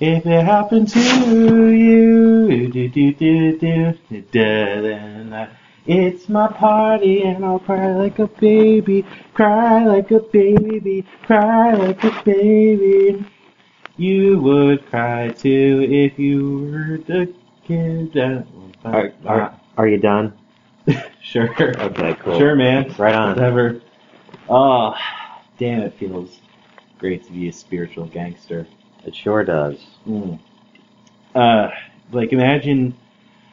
If it happened to you, do, do, do, do, do, do, then I- it's my party and I'll cry like a baby, cry like a baby, cry like a baby. You would cry too if you were the kid. that- Ah, Are, are, are you done? sure, Okay, cool. sure, man. Right on. Whatever. Oh, damn, it feels great to be a spiritual gangster. It sure does. Mm. Uh, like imagine,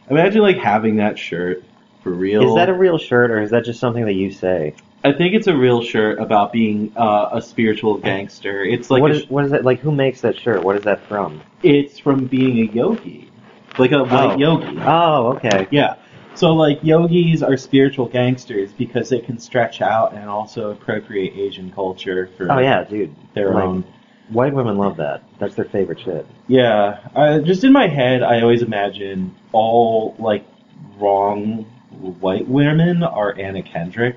imagine like having that shirt for real. Is that a real shirt or is that just something that you say? I think it's a real shirt about being uh, a spiritual gangster. It's like what a is sh- what is that like who makes that shirt? What is that from? it's from being a yogi, like a white Oh. yogi. Oh, okay. Yeah. So like yogis are spiritual gangsters because they can stretch out and also appropriate Asian culture for Oh yeah, dude. their Like, own White women love that. That's their favorite shit. Yeah, I, just in my head, I always imagine all like wrong white women are Anna Kendrick.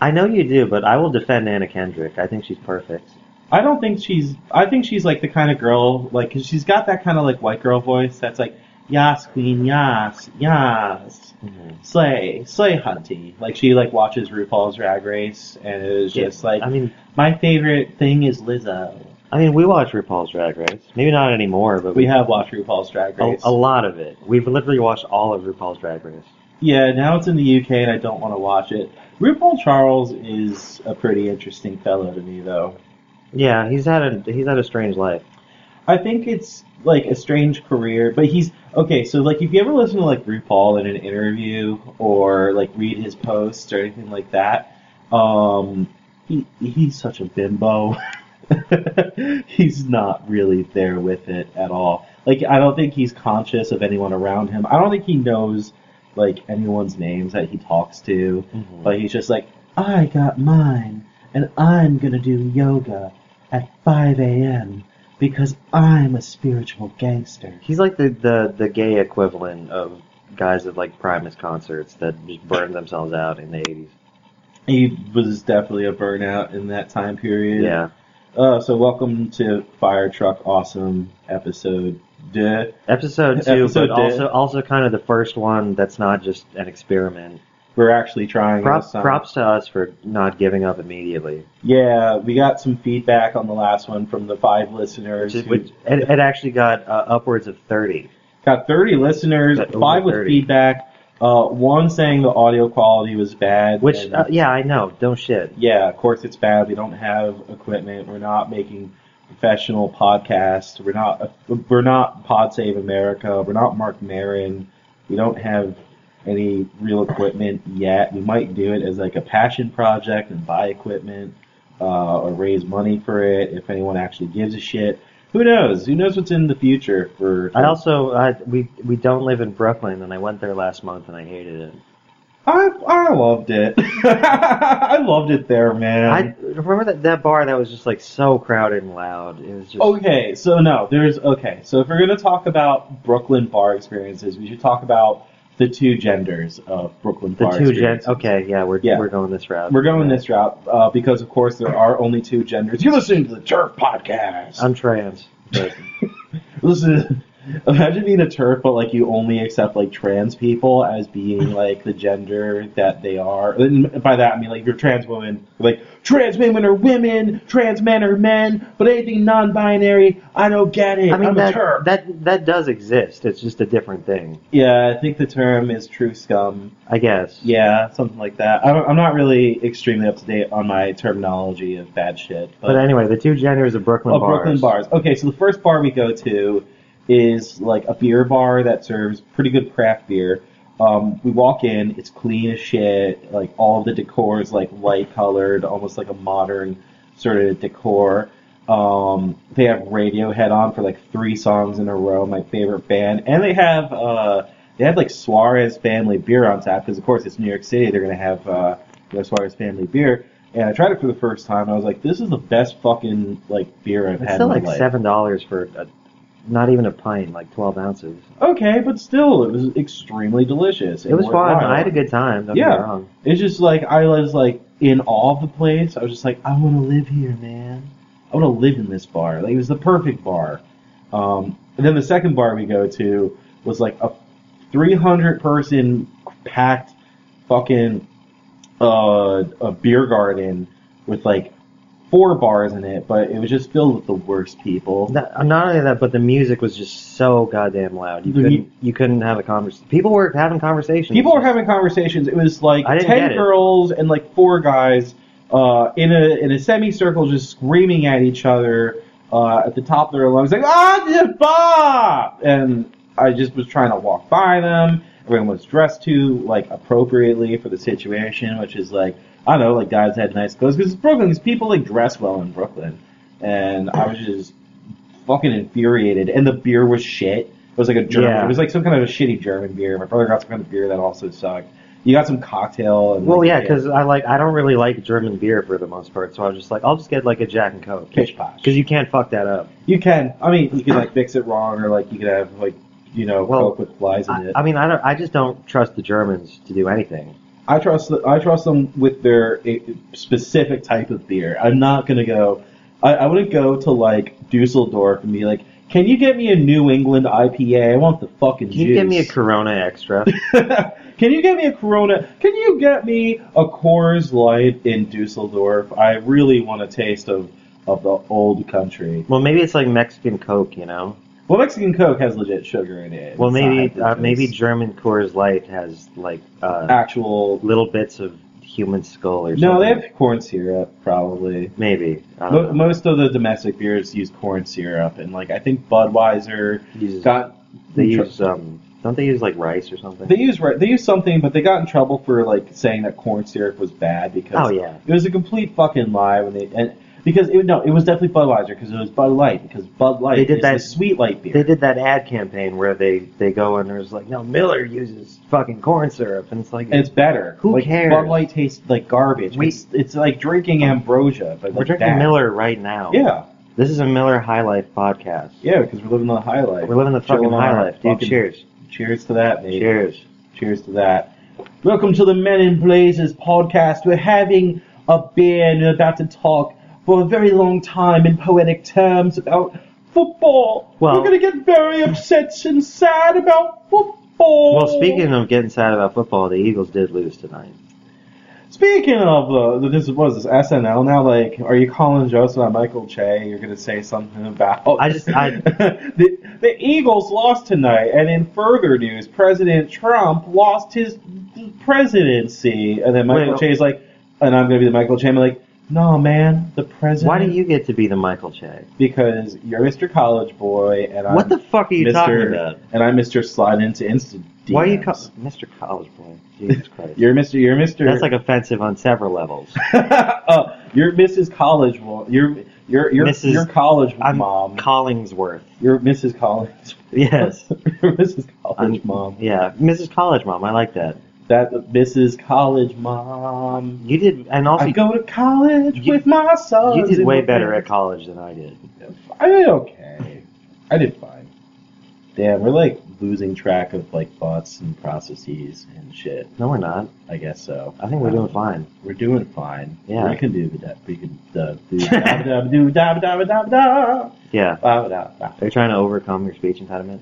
I know you do, but I will defend Anna Kendrick. I think she's perfect. I don't think she's. I think she's like the kind of girl like she she's got that kind of like white girl voice that's like yas queen yas yas slay slay hunty. Like she like watches RuPaul's Drag Race and it was just like I mean, my favorite thing is Lizzo. I mean, we watch RuPaul's Drag Race. Maybe not anymore, but We have watched RuPaul's Drag a, Race. Oh, a lot of it. We've literally watched all of RuPaul's Drag Race. Yeah, now it's in the UK and I don't want to watch it. RuPaul Charles is a pretty interesting fellow to me, though. Yeah, he's had a he's had a strange life. I think it's like a strange career, but he's okay. So, like, if you ever listen to like RuPaul in an interview or like read his posts or anything like that, um, he he's such a bimbo. he's not really there with it at all. Like, I don't think he's conscious of anyone around him. I don't think he knows like anyone's names that he talks to. But he's just like, I got mine, and I'm gonna do yoga at 5 a.m. because I'm a spiritual gangster. He's like the, the the gay equivalent of guys at like Primus concerts that just burned themselves out in the eighties. He was definitely a burnout in that time period. Yeah. Uh, so welcome to Fire Truck Awesome episode. Duh. Episode two, Episode but two. also also kind of the first one that's not just an experiment. We're actually trying. Prop, this time. props to us for not giving up immediately. Yeah, we got some feedback on the last one from the five listeners. Which, who- which, it, it actually got uh, upwards of thirty. Got 30 listeners, Got over five with 30. feedback, uh, one saying the audio quality was bad. Which and- uh, yeah, I know. Don't shit. yeah, of course it's bad. We don't have equipment. We're not making professional podcasts. We're not we're not Pod Save America. We're not Mark Marin. We don't have any real equipment yet. We might do it as like a passion project and buy equipment uh, or raise money for it if anyone actually gives a shit. Who knows? Who knows what's in the future for? I also I, we we don't live in Brooklyn, and I went there last month and I hated it. I, I loved it. I loved it there, man. I remember that that bar that was just like so crowded and loud. It was just Okay, so no, there's okay. So if we're gonna talk about Brooklyn bar experiences, we should talk about the two genders of Brooklyn the bar two gen. experiences. Okay, yeah, we're Yeah. we're going this route. We're going this route uh, because, of course, there are only two genders. You're listening to the Turf podcast. I'm trans. but- Listen, imagine being a Turf, but like you only accept like trans people as being like the gender that they are. And by that I mean like you're a trans woman. Like trans women are women, trans men are men, but anything non-binary, I don't get it. I mean am a that Turf. that that does exist. It's just a different thing, Yeah, I think the term is true scum. I guess. Yeah, something like that. I don't, I'm not really extremely up to date on my terminology of bad shit. But anyway, the two genders of Brooklyn oh, bars. Brooklyn bars. Okay, so the first bar we go to is like a beer bar that serves pretty good craft beer. Um, we walk in, it's clean as shit. Like all of the decor is like light colored, almost like a modern sort of decor. Um, they have Radiohead on for like three songs in a row, my favorite band, and they have uh, they have like Suarez Family beer on tap because of course it's New York City. They're gonna have uh, you know, Suarez Family beer. And I tried it for the first time. I was like, this is the best fucking like beer I've It's had still in my like life. seven dollars for a, not even a pint, like twelve ounces. Okay, but still, it was extremely delicious. It was fun. I had a good. good time. Don't Yeah. get me wrong. It's just like I was like in awe of the place. I was just like, I want to live here, man. I want to live in this bar. Like it was the perfect bar. Um, and then the second bar we go to was like a 300 person packed fucking uh, a beer garden with like four bars in it, but it was just filled with the worst people. Not, not only that, but the music was just so goddamn loud. You The mu- couldn't you couldn't have a conversation. People were having conversations. People were having conversations. It was like I didn't get ten it. girls and like four guys uh, in a in a semicircle, just screaming at each other uh, at the top of their lungs, like "Ah, the bah!" And I just was trying to walk by them. Everyone was dressed to like appropriately for the situation, which is like I don't know, like guys had nice clothes because it's Brooklyn. 'cause people like dress well in Brooklyn, and I was just fucking infuriated. And the beer was shit. It was like a German. Yeah. It was like some kind of a shitty German beer. My brother got some kind of beer that also sucked. You got some cocktail. And, Well, like, yeah, because I like I don't really like German beer for the most part, so I was just like, I'll just get like a Jack and Coke Pish posh. because you can't fuck that up. You can. I mean, you can like mix it wrong, or like you could have like you know Well, coke with flies in I, it. I mean, I don't. I just don't trust the Germans to do anything. I trust the, I trust them with their eh, specific type of beer. I'm not gonna go. I, I wouldn't go to like Dusseldorf and be like, "Can you get me a New England IPA? I want the fucking Can you give me a juice." Corona extra? Can you get me a Corona? Can you get me a Coors Light in Dusseldorf? I really want a taste of, of the old country. well, maybe it's like Mexican Coke, you know. Well, Mexican Coke has legit sugar in it. It's Well, maybe not uh, maybe just German Coors Light has like uh, actual. little bits of human skull or something. Uh. No, they have corn syrup probably. maybe. I don't Mo- know. most of the domestic beers use corn syrup, and like I think Budweiser Uses- got they in tr- use um. Don't they use like rice or something? they use ri- they use something, but they got in trouble for like saying that corn syrup was bad because oh yeah. It was a complete fucking lie when they and because it, no, it was definitely Budweiser because it was Bud Light because Bud Light They did is that- the sweet light beer. They did that ad campaign where they they go and there's like, no, Miller uses fucking corn syrup, and it's like, and it's better. Who like, cares? Bud Light tastes like garbage. We- it's, it's like drinking ambrosia, but we're like drinking that. Miller right now. Yeah, This is a Miller High Life podcast. yeah, because we're living the high life. We're living the fucking Chilling high on life, dude. fucking- Cheers. Cheers to that, mate. Cheers. Cheers to that. Welcome to the Men in Blazers podcast. We're having a beer and we're about to talk for a very long time in poetic terms about football. Well- we're going to get very upset and sad about football. Well, speaking of getting sad about football, the Eagles did lose tonight. speaking of uh, this was this SNL now. Like, are you calling Joseph and Michael Che? You're going to say something about? Oh, I just- I- the, the Eagles lost tonight, and in further news, President Trump lost his presidency, and then Michael Wait, Che is like, and I'm gonna be the Michael Che. I'm like, no, man, the president. Why do you get to be the Michael Che? Because you're Mr. College Boy, and I'm What the fuck are you Mr. talking about? and I'm Mr. Slide into Instant. Why are you DMs. call Mr. College Boy? Jesus Christ. You're Mr. You're Mr. That's like offensive on several levels. oh, you're Mrs. College. Well, you're you're you're Mrs. you're college I'm mom. Collingsworth. you're Mrs. College. Yes. You're Mrs. College I'm- mom. Yeah. Mrs. College Mom. I like that. That Mrs. College mom. You did, and also I go to college You- with my sons. you did and way my better at friends. college than I did. I did okay. I did fine. Damn, we're like losing track of like thoughts and processes and shit. No, we're not. I guess so. Um, I think we're doing fine. We're doing fine. Yeah. We can do that. We can uh, do da da do da da da da da. Yeah. Wow, wow, wow. They're trying to overcome your speech impediment.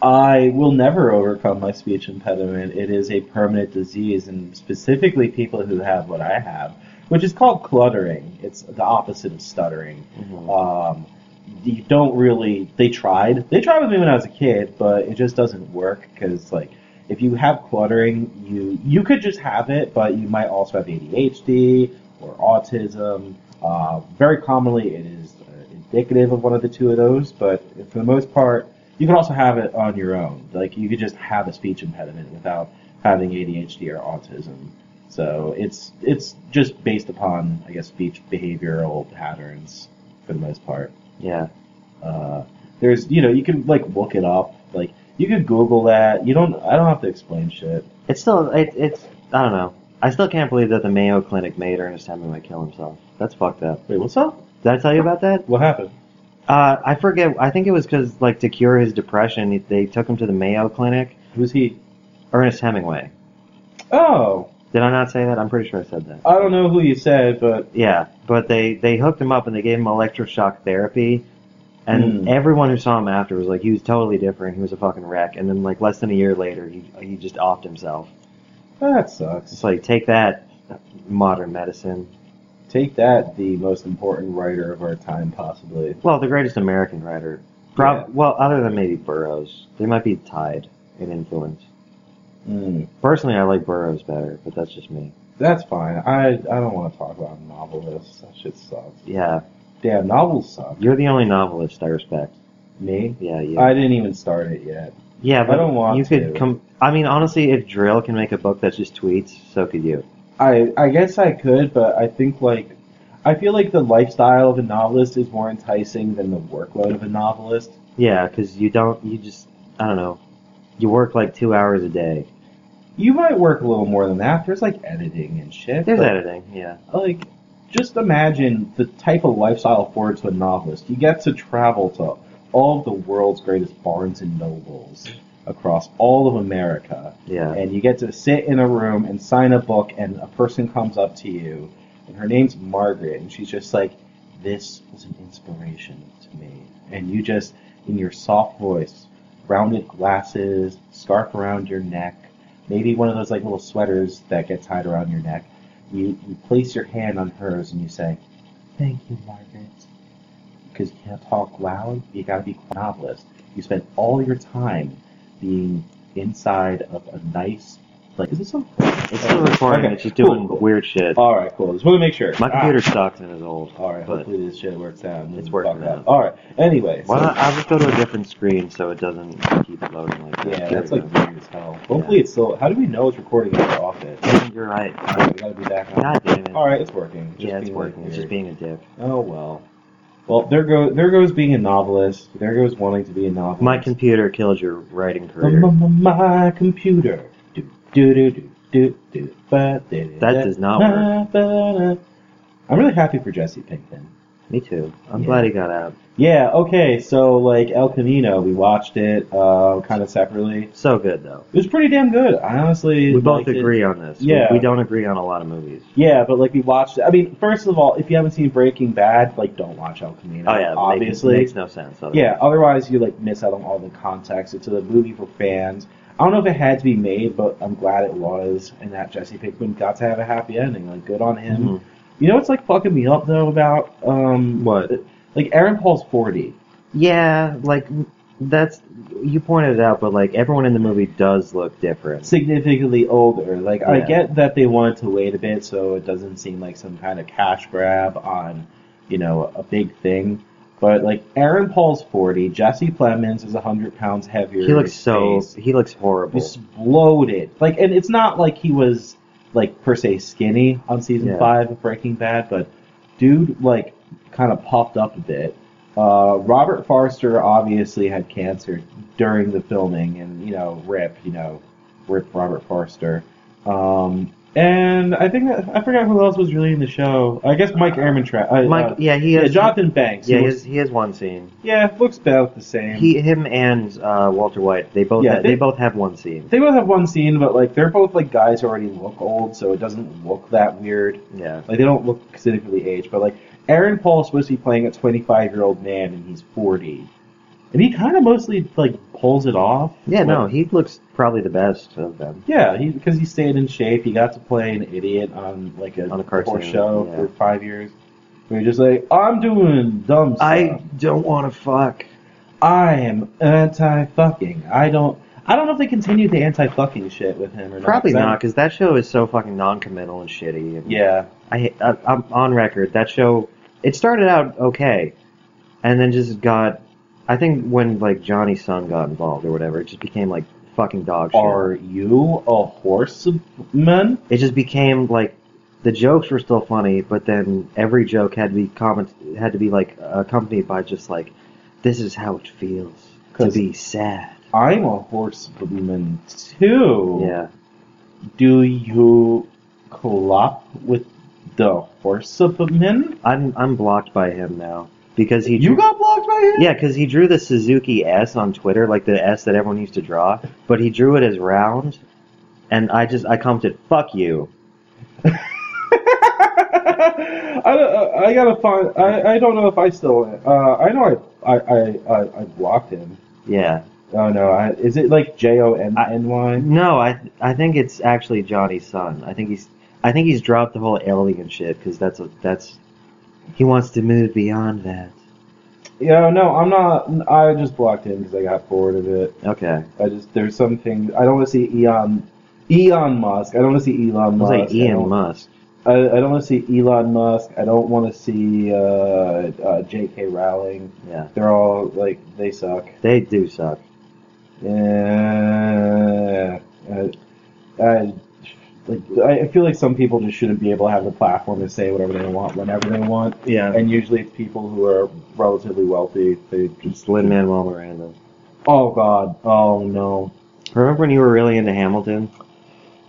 I will never overcome my speech impediment. It is a permanent disease, and specifically people who have what I have, which is called cluttering. It's the opposite of stuttering. Mhm. Um, you don't really. They tried. They tried with me when I was a kid, but it just doesn't work because like. If you have cluttering, you you could just have it, but you might also have ADHD or autism. Uh, very commonly, it is uh, indicative of one of the two of those, but for the most part, you can also have it on your own. Like you could just have a speech impediment without having ADHD or autism. So it's it's just based upon I guess speech behavioral patterns for the most part. Yeah. Uh, there's you know you can like look it up like you could Google that. You don't I don't have to explain shit. It's still, it, it's, I don't know. I still can't believe that the Mayo Clinic made Ernest Hemingway kill himself. That's fucked up. Wait, what's up? Did I tell you about that? What happened? Uh, I forget. I think it was because, like, to cure his depression, they took him to the Mayo Clinic. Who's he? Ernest Hemingway. Oh, Did I not say that? I'm pretty sure I said that. I don't know who you said, but Yeah, but they they hooked him up and they gave him electroshock therapy, And Mm. everyone who saw him after was like, he was totally different. He was a fucking wreck. And then like less than a year later, he he just offed himself. That sucks. It's like take that, modern medicine. Take that, the most important writer of our time, possibly. Well, the greatest American writer. Prob- Yeah. Well, other than maybe Burroughs, they might be tied in influence. Mm, Personally, I like Burroughs better, but that's just me. that's fine. I I don't want to talk about novelists. That shit sucks. Yeah, Damn, novels suck. you're the only novelist I respect. Me? Yeah, you. I didn't even start it yet. yeah, but don't want you could to. come. I mean, honestly, if Drill can make a book that's just tweets, so could you. I I guess I could, but I think like I feel like the lifestyle of a novelist is more enticing than the workload of a novelist. Yeah, because you don't. You just. I don't know. You work like two hours a day. You might work a little more than that. There's like editing and shit. There's but, editing. Yeah. Like, just imagine the type of lifestyle afforded to a novelist. You get to travel to all of the world's greatest Barnes and Nobles across all of America. Yeah. and you get to sit in a room and sign a book and a person comes up to you and her name's margaret and she's just like this was an inspiration to me and you just in your soft voice rounded glasses scarf around your neck maybe one of those like little sweaters that get tied around your neck you, you place your hand on hers and you say thank you margaret because you can't talk loud you got to be a novelist you spend all your time being inside of a nice like is this on? It's still recording. Okay, It's just cool, doing cool. weird shit. All right, cool. Just want to make sure. My computer sucks and is old. Ah, all right, but- hopefully this shit works out. and It's doesn't working fuck up. out. All right. Anyway, Why so- not? I'll just go to a different screen so it doesn't keep loading like that. yeah, There that's we like go. weird as hell. Hopefully it's still. How do we know it's recording in our office? Yeah, You're right. All right, we gotta be back. on. God damn it. All right, it's working. Just yeah, it's being, like, working. It's just weird. being a dick. Oh well. Well, there go there goes being a novelist. There goes wanting to be a novelist. My computer killed your writing career. M- m- my computer. Do do do do do do. But That does not work. I'm really happy for Jesse Pinkman. Me too. I'm Yeah. glad he got out. Yeah, okay, so like El Camino, we watched it uh, kind of separately. So good though. It was pretty damn good. I honestly. We both liked it. agree on this. We- Yeah. We, don't agree on a lot of movies. Yeah, but like we watched it. I mean, first of all, if you haven't seen Breaking Bad, like don't watch El Camino. Oh yeah. it Obviously. makes, makes no sense. otherwise. Yeah, otherwise you like miss out on all the context. It's a movie for fans. I don't know if it had to be made, but I'm glad it was, and that Jesse Pinkman got to have a happy ending. Like, good on him. Mhm. You know what's like fucking me up though about um What? like Aaron Paul's forty. Yeah, like that's you pointed it out, but like everyone in the movie does look different. significantly older. Like I Yeah. get that they wanted to wait a bit so it doesn't seem like some kind of cash grab on, you know, a big thing. But like Aaron Paul's forty, Jesse Plemons is hundred pounds heavier. He looks His so. face He looks horrible. is bloated. Like and it's not like he was like per se skinny on season Yeah. five of Breaking Bad, but dude like kind of popped up a bit. Uh, Robert Forster obviously had cancer during the filming, and you know, rip, you know, rip Robert Forster. Um, and I think that, I forgot who else was really in the show. I guess Mike Ehrmantraut. Uh, Mike. uh, yeah, he yeah, has. Jonathan Banks. yeah, He he looks- has, he has one scene. yeah, looks about the same. He, him, and uh, Walter White. They both. Yeah, ha- they, they- both have one scene. They both have one scene, but like they're both like guys who already look old, so it doesn't look that weird. Yeah. Like they don't look significantly aged, but like Aaron Paul's supposed to be playing a 25 year old man, and he's 40, and he kind of mostly like pulls it off. Yeah. No, Like, he looks probably the best of them. yeah, he because he stayed in shape. He got to play an idiot on like a On a cartoon, horse show yeah. for five years. Where you're just like, I'm doing dumb stuff. don't want to fuck. I am anti fucking. I don't. I don't know if they continued the anti fucking shit with him or not. Probably 'cause I- not, because that show is so fucking non-committal and shitty. And Yeah. I, hate- I, I'm on record. That show, it started out okay, and then just got. I think when like Johnny's son got involved or whatever, it just became like fucking dog shit. Are you a horseman? it just became like the jokes were still funny, but then every joke had to be comment had to be like accompanied by just like, this is how it feels to 'Cause- be sad. I'm a horsewoman too. Yeah, Do you collab with the horsewoman? I'm I'm blocked by him now because he You drew, got blocked by him? yeah because he drew the Suzuki S on Twitter like the S that everyone used to draw, but he drew it as round, and I just I commented fuck you. I, don't- I gotta find. I, I don't know if I still. Uh, I know I I I, I blocked him. Yeah. Oh no, I, is it like J O N N Y? No, I I think it's actually Johnny's son. I think he's I think he's dropped the whole alien shit because that's a that's he wants to move beyond that. Yeah, no, I'm not. I just blocked him because I got bored of it. Okay, I just there's something I don't want to see Elon Elon Musk. I don't want to see Elon I Musk. was like I Ian don't- Musk. I, I don't want to see Elon Musk. I don't want to see uh, uh, J.K. Rowling. Yeah, They're all like they suck. they do suck. Yeah, I, I, like, I feel like some people just shouldn't be able to have the platform to say whatever they want whenever they want. Yeah, And usually it's people who are relatively wealthy. They just it's Lin Manuel Miranda. oh god, oh no. Remember when you were really into Hamilton?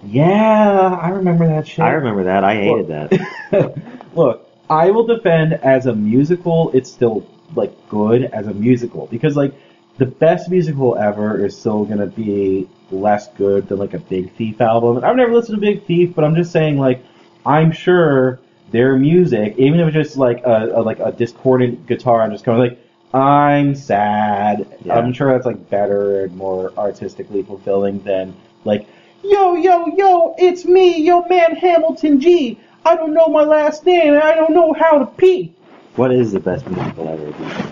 Yeah, I remember that shit. I remember that. I hated that. Look, I will defend as a musical, it's still like good as a musical because like the best musical ever is still gonna be less good than like a Big Thief album. And I've never listened to Big Thief, but I'm just saying like I'm sure their music, even if it's just like a, a like a discordant guitar, I'm just kind of like I'm sad. Yeah. I'm sure that's like better and more artistically fulfilling than like yo yo yo, it's me, yo man Hamilton G. I don't know my last name and I don't know how to pee. what is the best musical ever? do you think?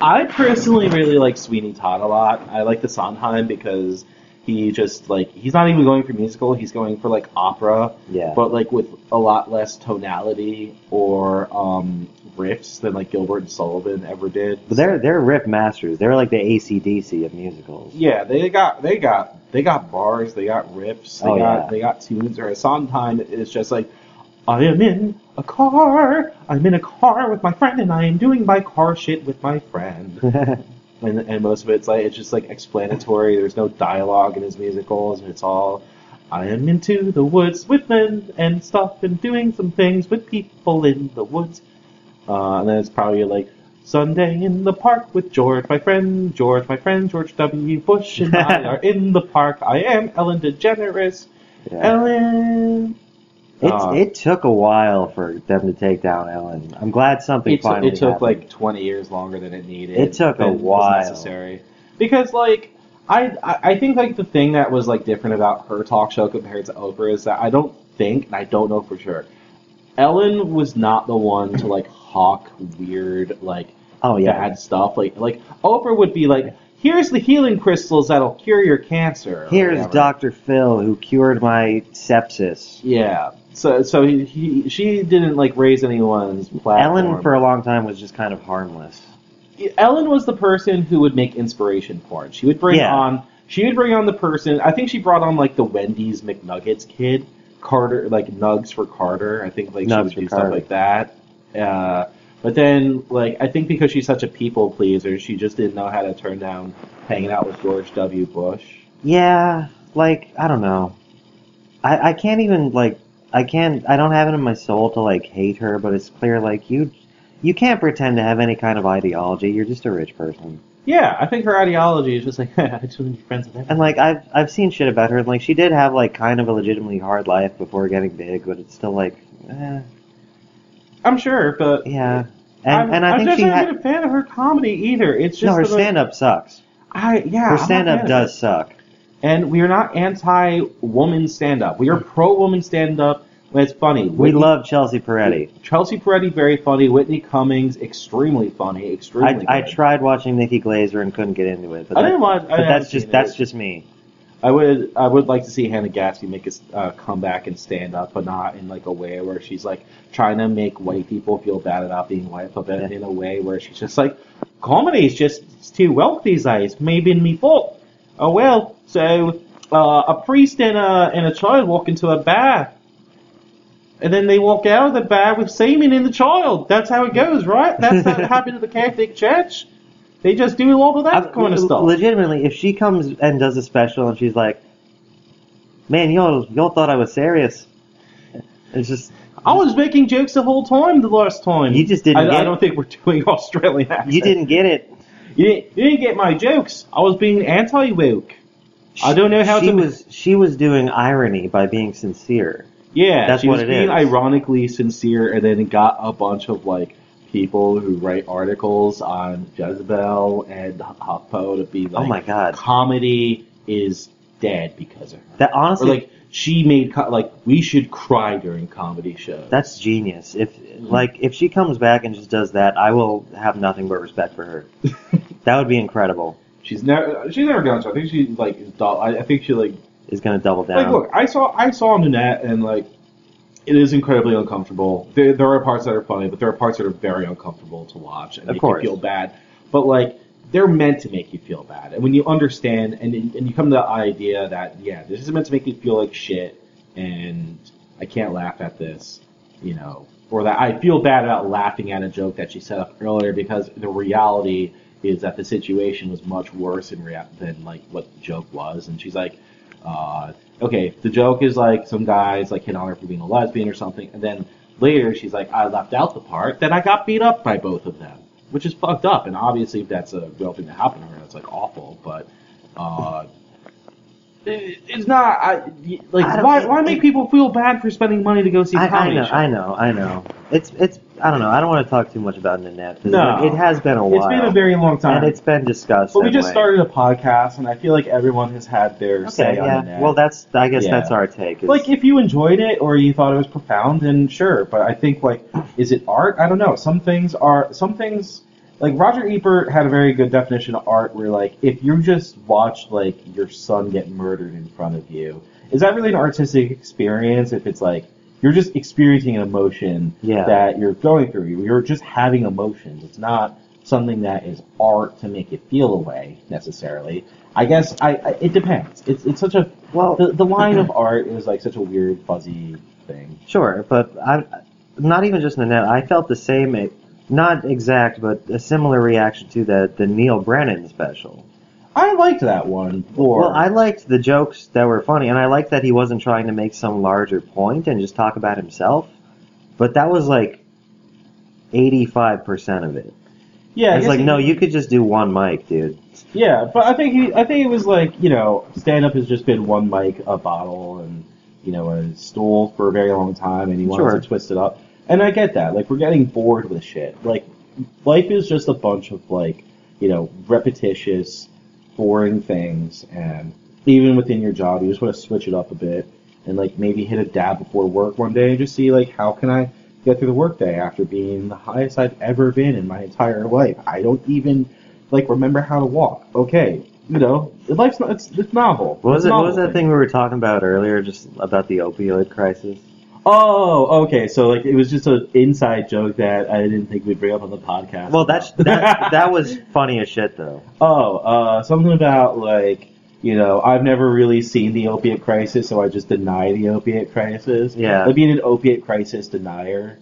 I personally really like Sweeney Todd a lot. I like the Sondheim because he just like he's not even going for musical, he's going for like opera, Yeah, but like with a lot less tonality or um riffs than like Gilbert and Sullivan ever did. but they're they're riff masters. They're like the ACDC of musicals. Yeah, they got they got they got bars, they got riffs, they Oh, got yeah. they got tunes. Or Sondheim is just like, I am in a car, I'm in a car with my friend, and I am doing my car shit with my friend. And and most of it's like it's just like explanatory. There's no dialogue in his musicals, and it's all. I am into the woods with men and stuff and doing some things with people in the woods. Uh, and then it's probably like Sunday in the park with George, my friend, George, my friend, George W. Bush, and I are in the park. I am Ellen DeGeneres. Yeah. Ellen. It's, Uh, it took a while for them to take down Ellen. I'm glad something It, took finally it took happened. like 20 years longer than it needed. It took a than was while. necessary. Because like I, I I think like the thing that was like different about her talk show compared to Oprah is that I don't think and I don't know for sure. Ellen was not the one to like hawk weird like oh yeah, bad stuff like like Oprah would be like here's the healing crystals that'll cure your cancer. or Here's whatever. Dr. Phil who cured my sepsis. Yeah. So so he, he she didn't like raise anyone's platform. Ellen, for a long time, was just kind of harmless. Ellen was the person who would make inspiration porn. She would bring Yeah. on she would bring on the person I think she brought on like the Wendy's McNuggets kid, Carter like Nugs for Carter. I think like Nugs she would for do Carter. stuff like that. Uh, but then like I think because she's such a people pleaser, she just didn't know how to turn down hanging out with George W. Bush. Yeah, like I don't know. I I can't even like I can't I don't have it in my soul to like hate her, but it's clear like you you can't pretend to have any kind of ideology. You're just a rich person. Yeah, I think her ideology is just like I just want to be friends with everyone. And like I've I've seen shit about her. And, like she did have like kind of a legitimately hard life before getting big, but it's still like eh, I'm sure, but yeah. And I'm, and I I'm think just she not had even a fan of her comedy either. It's just no her that, like, stand up sucks. I yeah, I'm Her not a stand fan up of it. does suck. And we are not anti woman stand up. We are pro woman stand up when it's funny. We love Chelsea Peretti. Chelsea Peretti, very funny. Whitney Cummings, extremely funny. I, Extremely. I good. tried watching Nikki Glazer and couldn't get into it. But, I that- didn't watch. I but haven't that's seen just that's it. just me. I would I would like to see Hannah Gatsby make a s- uh, comeback and stand up, but not in like a way where she's like trying to make white people feel bad about being white, but then Yeah. in a way where she's just like, comedy is just too woke these days. Maybe me fault. Oh well. So uh, a priest and a and a child walk into a bar, and then they walk out of the bar with semen in the child. That's how it goes, right? That's how it happened to the Catholic Church. They just do a lot of that I- kind of le- stuff. Uh, Legitimately, if she comes and does a special and she's like, "Man, y'all y'all thought I was serious," it's just I was making jokes the whole time the last time. You just didn't I, get I it. don't think we're doing Australian accent. you didn't get it. You didn't, you didn't get my jokes. I was being anti woke. I don't know how she to- was. She was doing irony by being sincere. Yeah, That's she what was it being is. ironically sincere, and then it got a bunch of like people who write articles on Jezebel and HuffPo to be like, oh my god. comedy is dead because of her. That or honestly, like she made co- like we should cry during comedy shows. that's genius. If Mm-hmm. like if she comes back and just does that, I will have nothing but respect for her. that would be incredible. she's never she's never gone to. I think she like is dull. I, I think she like Is gonna double down. Like, look, I saw I saw Nanette, and like, it is incredibly uncomfortable. There, there are parts that are funny, but there are parts that are very uncomfortable to watch and Of make course. you feel bad. But like, they're meant to make you feel bad, and when you understand and and you come to the idea that yeah, this is meant to make you feel like shit, and I can't laugh at this, you know, or that I feel bad about laughing at a joke that she set up earlier because the reality is that the situation was much worse in rea- than like what the joke was, and she's like, uh, okay, the joke is like some guys like hit on her for being a lesbian or something, and then later she's like, I left out the part that I got beat up by both of them, which is fucked up, and obviously if that's a real thing that happened to her, that's like awful, but. Uh, it- it's not I, like I don't- why it- why make it- people feel bad for spending money to go see a I, I comedy know, show? I know, I know. It's it's. I don't know. I don't want to talk too much about Nanette. 'cause, No. like, it has been a while. It's been a very long time. and it's been discussed. but we anyway. just started a podcast, and I feel like everyone has had their Okay, say on yeah. the net. Well, that's. I guess Yeah. that's our take. is- like if you enjoyed it or you thought it was profound, then sure. But I think like, is it art? I don't know. Some things are. Some things like Roger Ebert had a very good definition of art, where like if you just watch like your son get murdered in front of you, is that really an artistic experience? If it's like you're just experiencing an emotion Yeah. that you're going through. You're just having emotions. It's not something that is art to make you feel a way necessarily. I guess I, I it depends. It's it's such a well, the, the line of art is like such a weird fuzzy thing. Sure, but I, not even just Nanette. I felt the same, not exact, but a similar reaction to the the Neil Brennan special. I liked that one. Or Well, I liked the jokes that were funny, and I liked that he wasn't trying to make some larger point and just talk about himself. But that was like eighty five percent of it. yeah, I it's guess like he- no, you could just do one mic, dude. yeah, but I think he, I think it was like you know stand up has just been one mic, a bottle, and you know a stool for a very long time, and he wants Sure. to twist it up. And I get that. Like we're getting bored with shit. Like life is just a bunch of like you know repetitious, boring things, and even within your job, you just want to switch it up a bit and like maybe hit a dab before work one day and just see like how can I get through the workday after being the highest I've ever been in my entire life. I don't even like remember how to walk. Okay, you know, life's not, it's, it's novel. What was It's it? What novel was that thing we were talking about earlier, just about the opioid crisis? Oh, okay. So like it was just an inside joke that I didn't think we'd bring up on the podcast. Well, that's that, that was funny as shit though. Oh, uh, something about like you know I've never really seen the opiate crisis, so I just deny the opiate crisis. Yeah. like being an opiate crisis denier.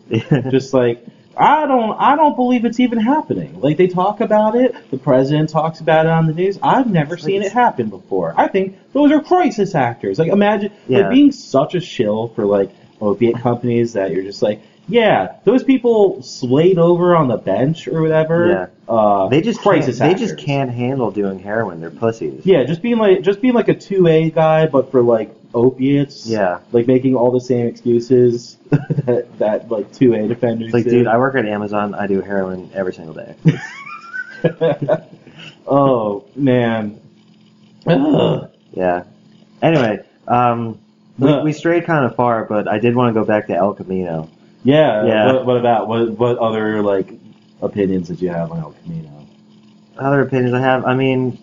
just like I don't I don't believe it's even happening. Like they talk about it, the president talks about it on the news. I've never It's like seen it it's- happen before. I think those are crisis actors. Like imagine Yeah. like being such a shill for like opiate companies that you're just like, yeah, those people slayed over on the bench or whatever. Yeah. Uh, They just crisis can't, they actors. just can't handle doing heroin. They're pussies. Yeah, just being like just being like a two A guy, but for like opiates. Yeah. Like making all the same excuses that, that like two A defenders It's like, do. dude, I work at Amazon. I do heroin every single day. oh man. Ugh. yeah. Anyway, um, we, we strayed kind of far, but I did want to go back to El Camino. Yeah. Yeah. What, what about what? What other like opinions did you have on El Camino? Other opinions I have. I mean,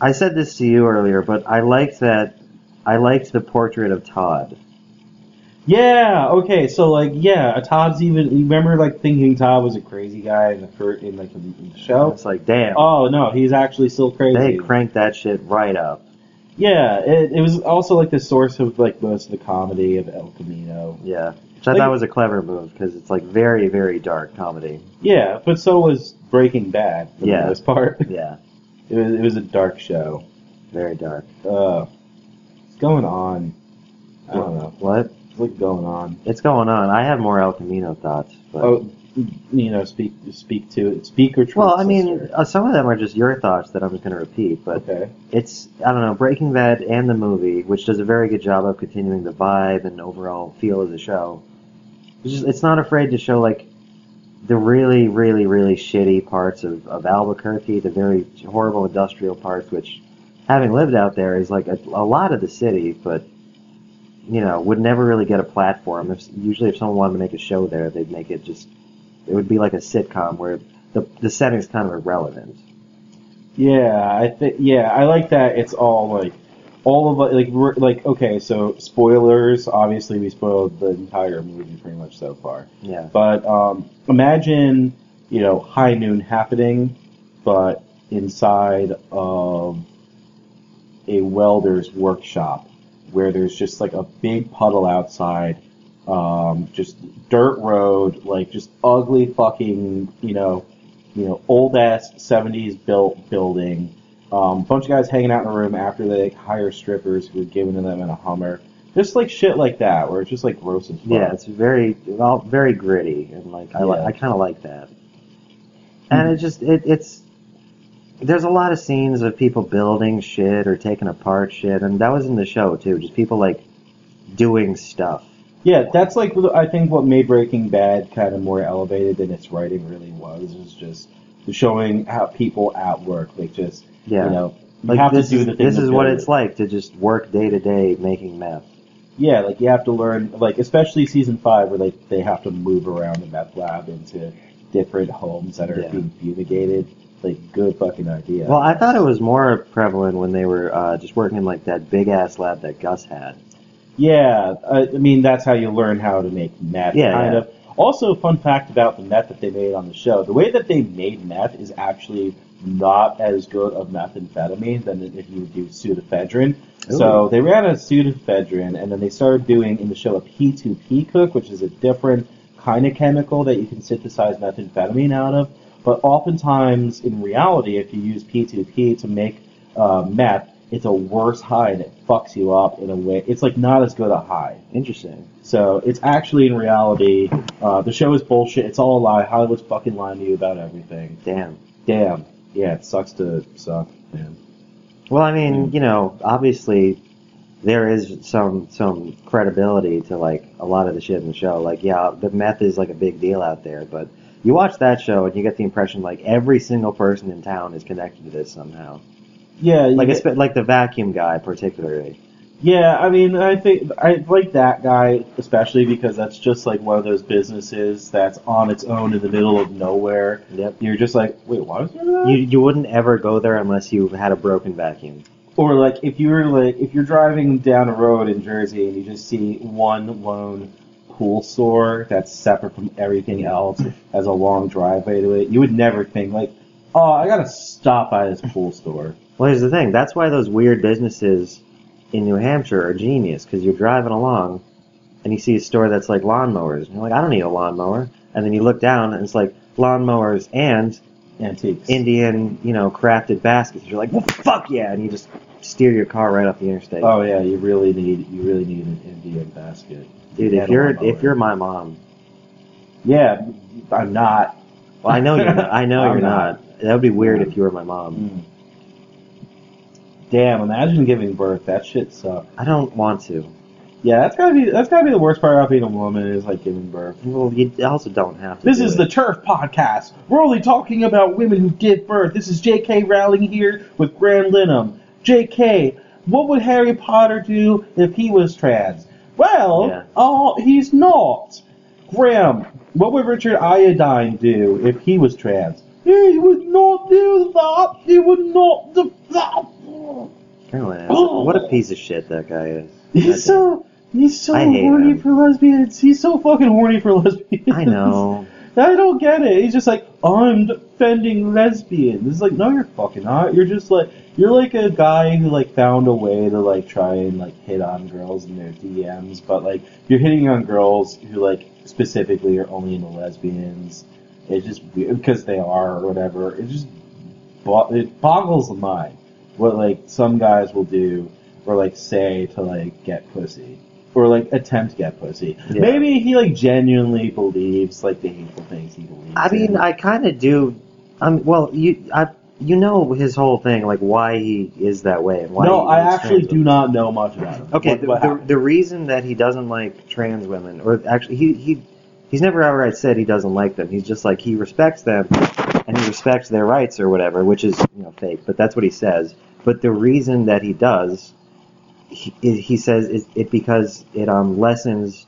I said this to you earlier, but I liked that. I liked the portrait of Todd. Yeah. Okay. So like, yeah, Todd's even. You remember like thinking Todd was a crazy guy in the fir- in like in the show. It's like, damn, Oh no, he's actually still crazy. they cranked that shit right up. Yeah, it, it was also like the source of like most of the comedy of El Camino. Yeah, which I Like- thought was a clever move because it's like very, very dark comedy. Yeah, but so was Breaking Bad for Yeah. the most part. Yeah, It was it was a dark show. very dark. Uh, what's going on? I don't know. What? What's going on? It's going on. I have more El Camino thoughts. But... Oh, you know, speak speak to it. Speak or treat Well, I mean, sister. uh, some of them are just your thoughts that I'm just going to repeat, but okay. it's, I don't know, Breaking Bad and the movie, which does a very good job of continuing the vibe and overall feel of the show. It's, just, it's not afraid to show, like, the really, really, really shitty parts of, of Albuquerque, the very horrible industrial parts, which, having lived out there, is like a, a lot of the city, but, you know, would never really get a platform. If, usually, if someone wanted to make a show there, they'd make it just, it would be like a sitcom where the, the setting's kind of irrelevant. Yeah, I think yeah, I like that. It's all like all of like we're, like okay, so spoilers. Obviously, we spoiled the entire movie pretty much so far. Yeah. But um, imagine you know high noon happening, but inside of a welder's workshop where there's just like a big puddle outside, um, just dirt road, like just ugly fucking you know you know, old ass '70s built building. Um, bunch of guys hanging out in a room after they like, hire strippers who had given to them in a Hummer. Just like shit like that, where it's just like gross and fun. Yeah, it's very well, very gritty, and like I li- Yeah. Hmm. I kind of like that. And it just it, it's there's a lot of scenes of people building shit or taking apart shit, and that was in the show too. Just people like doing stuff. Yeah, that's like what- I think what made Breaking Bad kind of more elevated than its writing really was is just showing how people at work, like just Yeah, you know, you like have this to do is the thing. this to is what build it's it. like to just work day to day making meth. Yeah, like you have to learn, like especially season five, where like they have to move around the meth lab into different homes that are Yeah. being fumigated. Like, good fucking idea. Well, I thought it was more prevalent when they were uh, just working in like that big ass lab that Gus had. yeah, I, I mean that's how you learn how to make meth. Yeah, kind yeah. of. Also, fun fact about the meth that they made on the show: the way that they made meth is actually not as good of methamphetamine than if you would do pseudoephedrine. So they ran out of pseudoephedrine, and then they started doing in the show a P2P cook, which is a different kind of chemical that you can synthesize methamphetamine out of. But oftentimes, in reality, if you use P2P to make uh, meth, it's a worse high and it fucks you up in a way. It's like not as good a high. interesting. So it's actually in reality, uh, the show is bullshit. It's all a lie. Hollywood's fucking lying to you about everything. Damn. Damn. Yeah, it sucks to suck, man. Well, I mean, you know, obviously there is some some credibility to like a lot of the shit in the show. Like, yeah, the meth is like a big deal out there, but you watch that show and you get the impression like every single person in town is connected to this somehow. Yeah, Like, you- it's like the vacuum guy particularly. Yeah, I mean, I think I like that guy especially because that's just like one of those businesses that's on its own in the middle of nowhere. Yep. You're just like, wait, why is there that? You you wouldn't ever go there unless you had a broken vacuum. or like if you're like if you're driving down a road in Jersey and you just see one lone pool store that's separate from everything else has a long driveway to it, you would never think like, oh, I gotta stop by this pool store. Well, here's the thing. That's why those weird businesses in New Hampshire are genius because you're driving along and you see a store that's like lawnmowers. And you're like, I don't need a lawnmower. And then you look down and it's like lawnmowers and Antiques. Indian, you know, crafted baskets. You're like, well, fuck yeah. And you just steer your car right off the interstate. oh yeah, you really need you really need an Indian basket. Dude, Yeah, if the you're lawnmower. if you're my mom, Yeah, I'm not. well, I know you're not. I know I'm you're not. That would be weird if you were my mom. Mm. Damn, imagine giving birth. That shit sucks. I don't want to. Yeah, that's gotta be that's gotta be the worst part about being a woman is like giving birth. Well, you also don't have to. This do is it. the Turf Podcast. We're only talking about women who give birth. This is J.K. Rowling here with Graham Linham. J.K., what would Harry Potter do if he was trans? Yeah. Well, oh, he's not. Graham, what would Richard Iodine do if he was trans? He would not do that. He would not do that. Caroline, Oh. what a piece of shit that guy is. He's so he's so I hate horny him. for lesbians. He's so fucking horny for lesbians. I know. I don't get it. He's just like I'm defending lesbians. It's like no, you're fucking not. You're just like you're like a guy who like found a way to like try and like hit on girls in their DMs, but like you're hitting on girls who like specifically are only into lesbians. It's just weird because they are or whatever. It just bo- it boggles the mind what like some guys will do or like say to like get pussy or like attempt to get pussy. Yeah. Maybe he like genuinely believes like the hateful things he believes. I mean, in. I kind of do. Um, well, you, I, you know his whole thing, like why he is that way and why. no, he I hates actually trans do not know much about him. women. Okay, What- what the, the, happened? the reason that he doesn't like trans women, or actually, he he he's never outright said he doesn't like them. He's just like he respects them and he respects their rights or whatever, which is you know fake, but that's what he says. But the reason that he does, he, he says, is it because it um lessens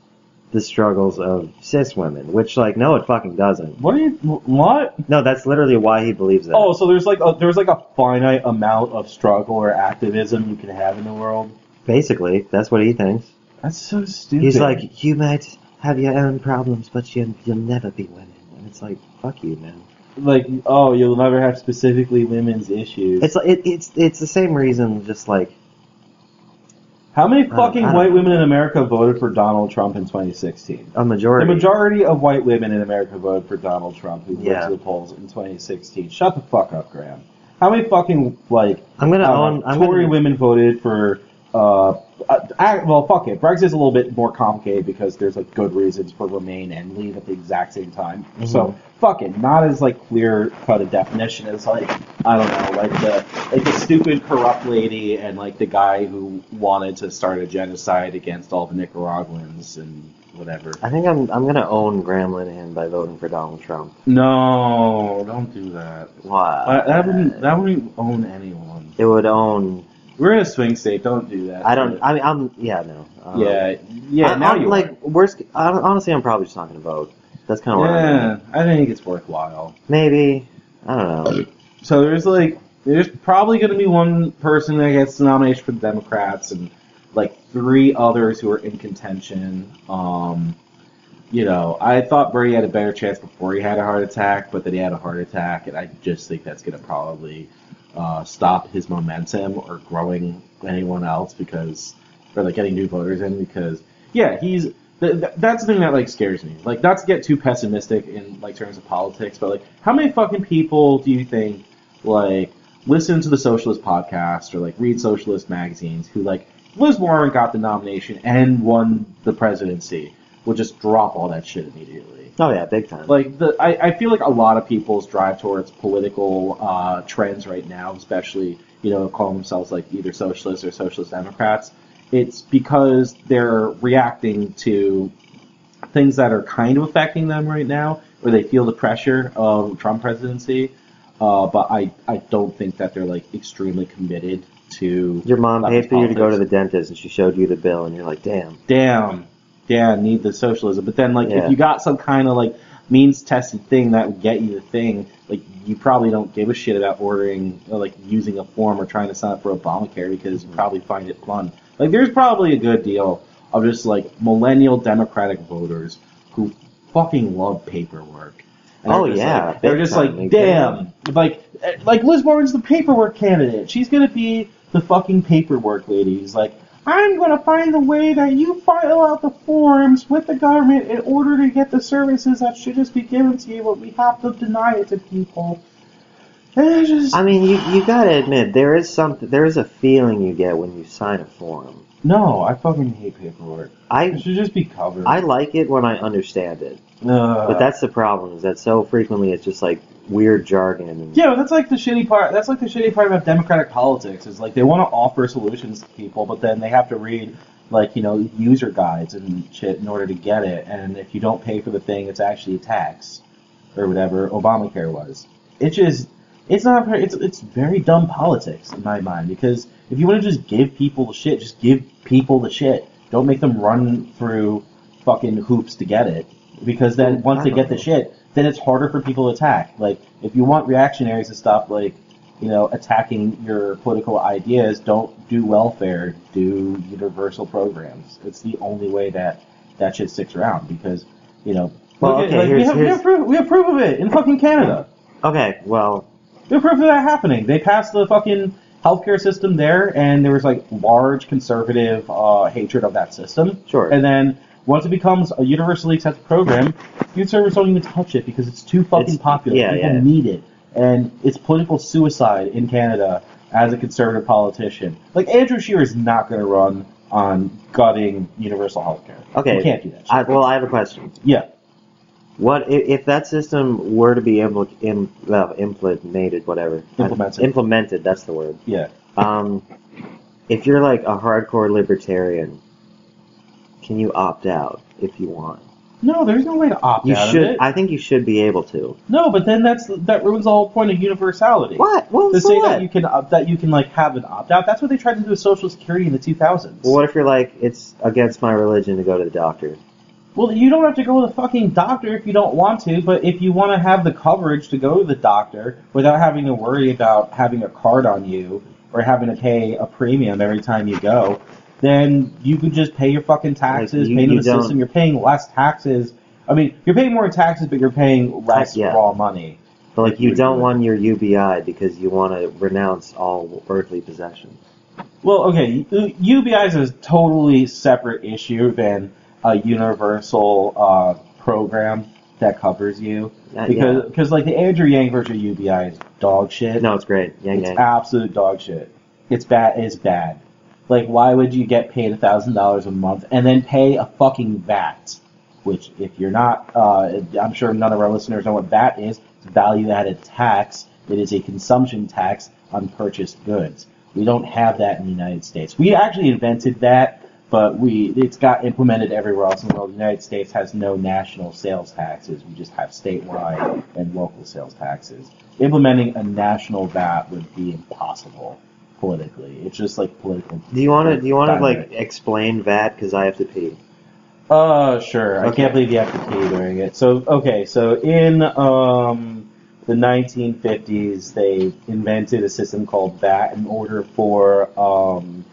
the struggles of cis women, which like no, it fucking doesn't. What are you? What? No, that's literally why he believes that. Oh, so there's like a, there's like a finite amount of struggle or activism you can have in the world. Basically, that's what he thinks. That's so stupid. He's like, you might have your own problems, but you, you'll never be women. And it's like, fuck you, man. like, oh, you'll never have specifically women's issues. It's like it, it's it's the same reason, just like How many don't- fucking I don't white know. women in America voted for Donald Trump in 2016? a The majority. majority of white women in America voted for Donald Trump, who went Yeah. to the polls in 2016. Shut the fuck up, Graham. How many fucking like I'm gonna I don't own. know, I'm Uh, Tory gonna, women voted for? Uh, uh, I- well, fuck it. Brexit's a little bit more complicated because there's like good reasons for Remain and Leave at the exact same time. So Mhm. fuck it. Not as like clear cut a definition as like I don't know, like the like the stupid corrupt lady and like the guy who wanted to start a genocide against all the Nicaraguans and whatever. I think I'm. I'm gonna own Graham Linehan by voting for Donald Trump. No, don't do that. Why? I, that wouldn't that wouldn't own anyone. It would own. We're in a swing state. Don't do that. I don't. I mean, I'm. Yeah, no. Um, yeah, yeah. I, now I'm, you like are. worst. I don't- honestly, I'm probably just not gonna vote. That's kind of where I'm at. Yeah, I think it's worthwhile. Maybe. I don't know. So there's like there's probably going to be one person that gets the nomination for the Democrats and like three others who are in contention. Um, you know, I thought Bernie had a better chance before he had a heart attack, but then he had a heart attack, and I just think that's going to probably uh, stop his momentum or growing anyone else because or like getting new voters in because yeah, he's th- th- that's the thing that like scares me. Like not to get too pessimistic in like terms of politics, but like how many fucking people do you think like listen to the socialist podcast or like read socialist magazines who like Liz Warren got the nomination and won the presidency will just drop all that shit immediately. Oh yeah, big time. Um, Like the, I, I feel like a lot of people's drive towards political uh, trends right now, especially you know, calling themselves like either socialists or socialist democrats, it's because they're reacting to things that are kind of affecting them right now, or they feel the pressure of Trump presidency. Uh, but I, I don't think that they're like extremely committed to Your mom Fucking paid for you to go politics. to the dentist, and she showed you the bill, and you're like, damn. damn, yeah, I need the socialism. But then, like, Yeah. if you got some kind of like means tested thing that would get you the thing, like, you probably don't give a shit about ordering, or, like, using a form or trying to sign up for Obamacare because you probably find it fun. Like, there's probably a good deal of just like millennial Democratic voters who fucking love paperwork. And Oh, they're just yeah, like, they're big just time, like, big damn, like, eh, like Liz Warren's the paperwork candidate. She's gonna be the fucking paperwork lady. Who's like, I'm gonna find the way that you file out the forms with the government in order to get the services that should just be given to you, but we have to deny it to people. And it's just I mean, you you gotta admit there is something. There is a feeling you get when you sign a form. no, I fucking hate paperwork. It I should just be covered. I like it when I understand it, Ugh. but that's the problem. Is that so frequently it's just like weird jargon. And, Yeah, but that's like the shitty part. That's like the shitty part about democratic politics is like they want to offer solutions to people, but then they have to read like you know user guides and shit in order to get it. And if you don't pay for the thing, it's actually a tax or whatever Obamacare was. It just it's not very- it's it's very dumb politics in my mind because if you want to just give people the shit, just give people the shit. Don't make them run through fucking hoops to get it because then once they get the shit, then it's harder for people to attack. Like if you want reactionaries to stop like you know attacking your political ideas, don't do welfare, do universal programs. It's the only way that that shit sticks around because you know Well, look at- okay, like, we here's- have we here's- have proof we have proof of it in fucking Canada. Okay, well, They're proof of that happening. They passed the fucking healthcare system there, and there was like large conservative uh, hatred of that system. Sure. And then once it becomes a universally accepted program, youth servers don't even touch it because it's too fucking It's- popular. yeah, People yeah. need it, and it's political suicide in Canada as a conservative politician. Like Andrew Scheer is not going to run on gutting universal healthcare. Okay. you can't do that. shit. I, well, I have a question. yeah. What i- if that system were to be impl- im, uh, implemented, whatever? Implemented. Implemented. That's the word. Yeah. Um, if you're like a hardcore libertarian, can you opt out if you want? No, there's no way to opt You out of should. it. I think you should be able to. no, but then that's that ruins the whole point of universality. What? Well, To so say what? that you can opt- that you can like have an opt out. That's what they tried to do with Social Security in the 2000s. well, what if you're like, it's against my religion to go to the doctor? Well, you don't have to go to the fucking doctor if you don't want to, but if you want to have the coverage to go to the doctor without having to worry about having a card on you or having to pay a premium every time you go, then you could just pay your fucking taxes, Like, you- pay to you the don't- system. You're paying less taxes. I mean, you're paying more in taxes, but you're paying less Yeah. raw money. But like, you Would don't you- want your UBI because you want to renounce all earthly possessions. Well, okay, U- UBI is a totally separate issue than a universal uh, program that covers you. Uh, because because like the Andrew Yang version of UBI is dog shit. yeah. no, it's great. Yang it's yang. absolute dog shit. It's bad. It's bad. Like, why would you get paid a thousand dollars a month and then pay a fucking VAT? Which, if you're not, uh, I'm sure none of our listeners know what VAT is. It's a value-added tax. It is a consumption tax on purchased goods. We don't have that in the United States. We actually invented that, but we it's got implemented everywhere else in the world. The United States has no national sales taxes. We just have statewide and local sales taxes. Implementing a national VAT would be impossible politically. It's just like political. Do you want to? Do you want to like Dynamite. explain that? Because I have to pee. Uh, sure. I Okay. can't believe you have to pee during it. So, okay, so in um, the 1950s, they invented a system called VAT in order for um,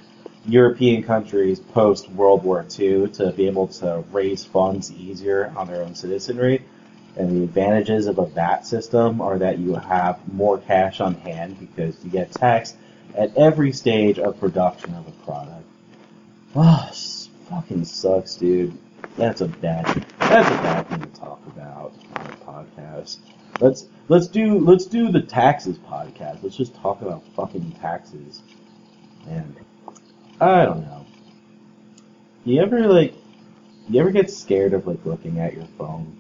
European countries post World War II to be able to raise funds easier on their own citizenry. And the advantages of a VAT system are that you have more cash on hand because you get taxed at every stage of production of a product. Oh, s- fucking sucks, dude. That's a bad. That's a bad thing to talk about on a podcast. Let's let's do let's do the taxes podcast. Let's just talk about fucking taxes. Man, I don't know. You ever like, you ever get scared of like looking at your phone